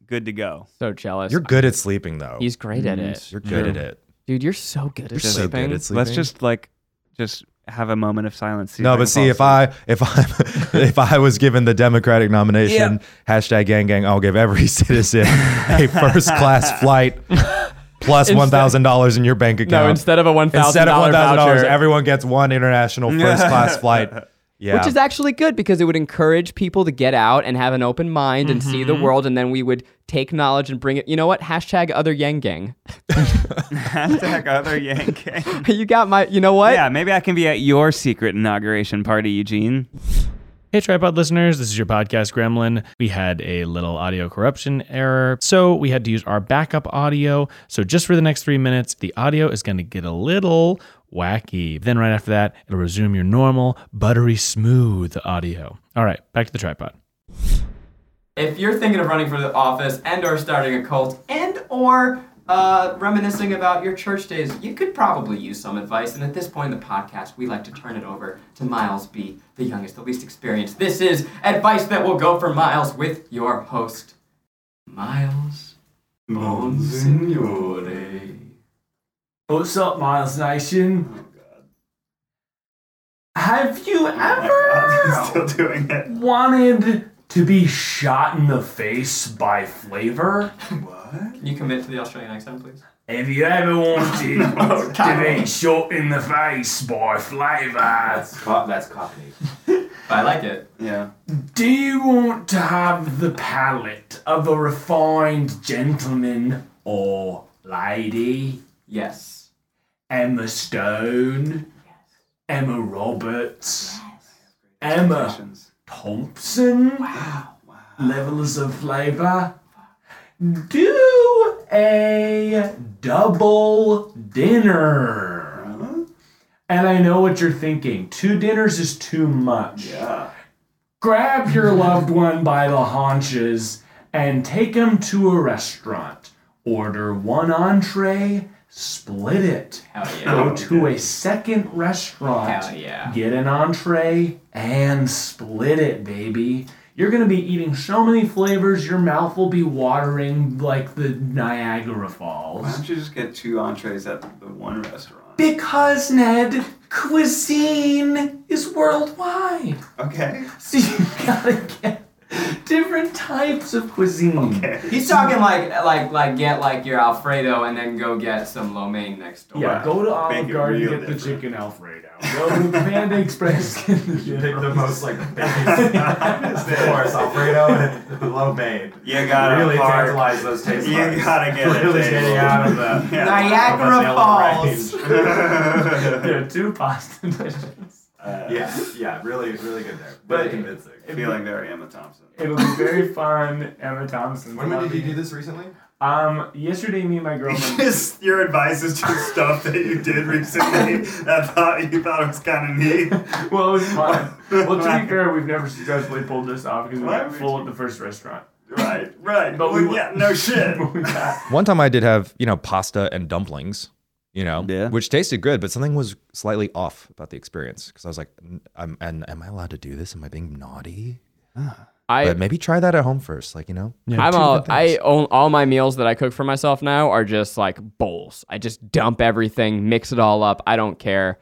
S3: Good to go.
S2: so jealous.
S1: you're good at sleeping though.
S2: He's great at it,
S1: you're good at it.
S2: dude. You're so good at
S1: You're so
S2: sleeping.
S1: good at sleeping.
S3: Let's just like just have a moment of silence.
S1: no, but see if I if I if I was given the Democratic nomination, hashtag gang gang, I'll give every citizen a first class flight plus
S2: Instead-
S1: $1,000 in your bank account.
S2: No, instead of a one thousand
S1: Instead
S2: dollar
S1: of $1,000,
S2: voucher,
S1: everyone gets one international first class flight. Yeah.
S2: which is actually good because it would encourage people to get out and have an open mind and see the world, and then we would take knowledge and bring it. You know what? Hashtag other Yang Gang.
S7: Hashtag other Yankee.
S2: you got my. You know what?
S7: yeah, maybe I can be at your secret inauguration party, Eugene.
S5: Hey, tripod listeners, this is your podcast gremlin. We had a little audio corruption error, so we had to use our backup audio. So, just for the next three minutes, the audio is going to get a little wacky. Then, right after that, it'll resume your normal, buttery smooth audio. All right, back to the tripod.
S2: If you're thinking of running for the office and or starting a cult and or uh, reminiscing about your church days, you could probably use some advice. And at this point in the podcast, we like to turn it over to Miles B, the youngest, the least experienced. This is advice that will go for Miles with your host, Miles Bonsignore.
S6: What's up, Miles
S7: Oh,
S6: Nation? Have you
S7: Oh,
S6: ever
S7: doing it.
S6: wanted to be shot in the face by flavor?
S2: Can you commit to the Australian accent, please?
S6: Have you ever wanted to be shot in the face by flavor?
S2: Co- that's copy. but I like it.
S7: Yeah.
S6: Do you want to have the palate of a refined gentleman or lady?
S2: Yes.
S6: Emma Stone, Emma Roberts, Emma Thompson. Wow. Levels of flavor. Do a double dinner. And I know what you're thinking. Two dinners is too much. Yeah. Grab your loved one by the haunches and take them to a restaurant. Order one entree, split it.
S2: Hell yeah.
S6: Go to a second restaurant.
S2: Hell yeah.
S6: Get an entree and split it, baby. You're gonna be eating so many flavors, your mouth will be watering like the Niagara Falls.
S7: you just get two entrees at the one restaurant?
S6: Because, Ned, cuisine is worldwide.
S7: Okay.
S6: So you gotta get different types of cuisine.
S2: He's talking like like like get like your Alfredo and then go get some lo mein next door.
S6: Yeah, go to
S7: Make it
S6: Olive Garden
S7: real
S6: get the
S7: different.
S6: chicken Alfredo. Go to Panda Express get the chicken.
S1: the most like biggest, of course, Alfredo and lo mein.
S7: You gotta
S1: really
S7: park.
S1: tantalize those taste
S7: You
S1: buds.
S7: gotta get a
S1: really
S7: table.
S1: getting out of the
S7: Yeah.
S1: of
S2: Niagara
S1: the
S2: Falls.
S1: range.
S6: There are two pasta dishes.
S1: Yeah, yeah, really, really good there.
S6: But-
S1: Very convincing.
S7: Feeling very Emma Thompson.
S6: It'll be very fun, Emma Thompson.
S1: When did you do this recently?
S6: Um, yesterday, me and my girlfriend.
S7: Just your advice is just stuff that you did recently that thought you thought was kind of neat.
S6: well, it was fun. Well, to be fair, we've never successfully pulled this off because we got full at the first restaurant.
S7: Right, right.
S6: But we-
S7: yeah, no shit.
S6: We got-
S1: One time I did have, you know, pasta and dumplings, you know,
S7: Yeah.
S1: which tasted good, but something was slightly off about the experience because I was like, "N- I'm, and am I allowed to do this? Am I being naughty?
S2: I
S1: but maybe try that at home first, like you know.
S2: I'm all I own all my meals that I cook for myself now are just like bowls. I just dump everything, mix it all up. I don't care.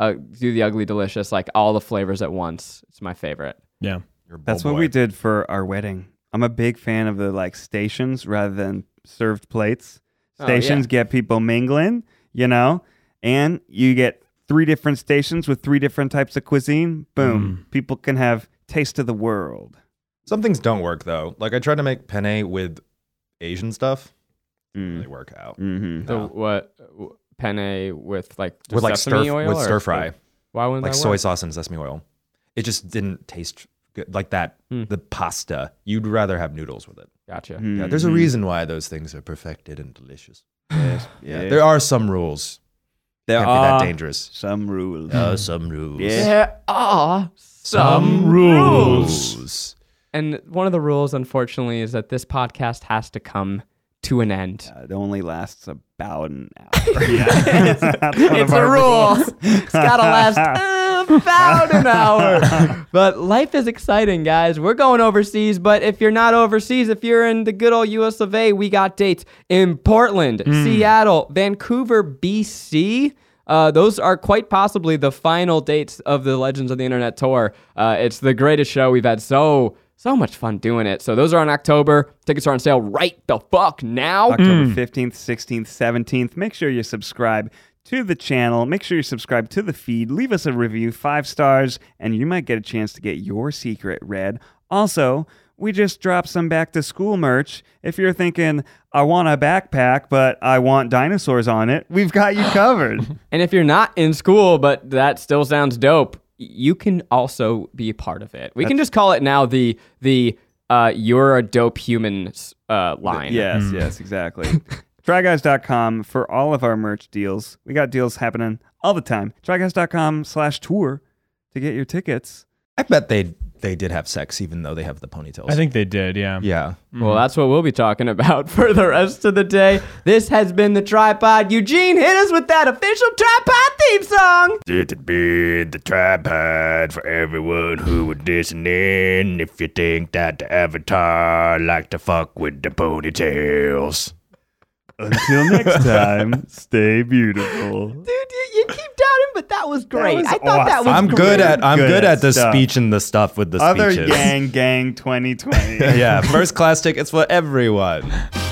S2: Uh, do the ugly delicious, like all the flavors at once. It's my favorite.
S5: Yeah.
S1: You're a bold
S7: That's what
S1: boy.
S7: we did for our wedding. I'm a big fan of the like stations rather than served plates.
S2: Oh,
S7: Stations get people mingling, you know, and you get three different stations with three different types of cuisine. Boom.
S3: Mm.
S7: People can have taste of the world.
S1: Some things don't work though. Like I tried to make penne with Asian stuff. Didn't really work out.
S7: Mm-hmm.
S2: Mm. The
S1: No.
S2: what w- penne with like
S1: With like
S2: sesame
S1: stir
S2: oil
S1: with
S2: or-
S1: stir fry,
S2: Why wouldn't
S1: like
S2: that
S1: soy
S2: work?
S1: sauce and sesame oil. It just didn't taste good like that.
S2: Hmm.
S1: The pasta, you'd rather have noodles with it.
S2: Gotcha.
S1: Yeah, there's a reason why those things are perfected and delicious. Yeah,
S7: Yeah.
S1: there are some rules.
S7: There
S1: Can't be
S7: are
S1: that dangerous.
S7: some rules.
S1: There are some rules.
S7: Yeah.
S2: There are some
S1: rules.
S2: And one of the rules, unfortunately, is that this podcast has to come to an end.
S7: Uh, it only lasts about an hour. yeah. That's one
S2: It's
S7: of
S2: a
S7: our
S2: rule. it's gotta last uh, about an hour. But life is exciting, guys. We're going overseas, but if you're not overseas, if you're in the good old US of A, we got dates in Portland,
S7: Hmm.
S2: Seattle, Vancouver, BC. Uh, those are quite possibly the final dates of the Legends of the Internet tour. Uh, it's the greatest show we've had so So much fun doing it. So those are on October. Tickets are on sale right the fuck now.
S3: October 15th, 16th, 17th. Make sure you subscribe to the channel. Make sure you subscribe to the feed. Leave us a review, five stars, and you might get a chance to get your secret read. Also, we just dropped some back to school merch. If you're thinking, I want a backpack, but I want dinosaurs on it, we've got you covered.
S2: And if you're not in school, but that still sounds dope, y- you can also be a part of it. We can just call it now the the uh, "You're a dope human" s- uh, line.
S3: Yes, yes, exactly. TryGuys.com for all of our merch deals. We got deals happening all the time. TryGuys.com slash tour to get your tickets.
S1: I bet they they did have sex, even though they have the ponytails.
S5: I think they did, yeah.
S1: Yeah.
S2: Well, that's what we'll be talking about for the rest of the day. This has been the tripod. Eugene, hit us with that official tripod theme song.
S4: It'd be the tripod for everyone who would listen in if you think that the avatar like to fuck with the ponytails.
S3: Until next time, stay beautiful.
S2: Dude, you, you keep doubting, but that was great.
S3: was
S2: I thought that
S3: awesome.
S2: was
S1: I'm
S2: great.
S1: good at I'm
S3: Good
S1: good,
S3: at
S1: at the
S3: stuff.
S1: speech and the stuff with the
S3: Other
S1: speeches.
S3: Gang Gang 2020.
S1: yeah, first class tickets for everyone.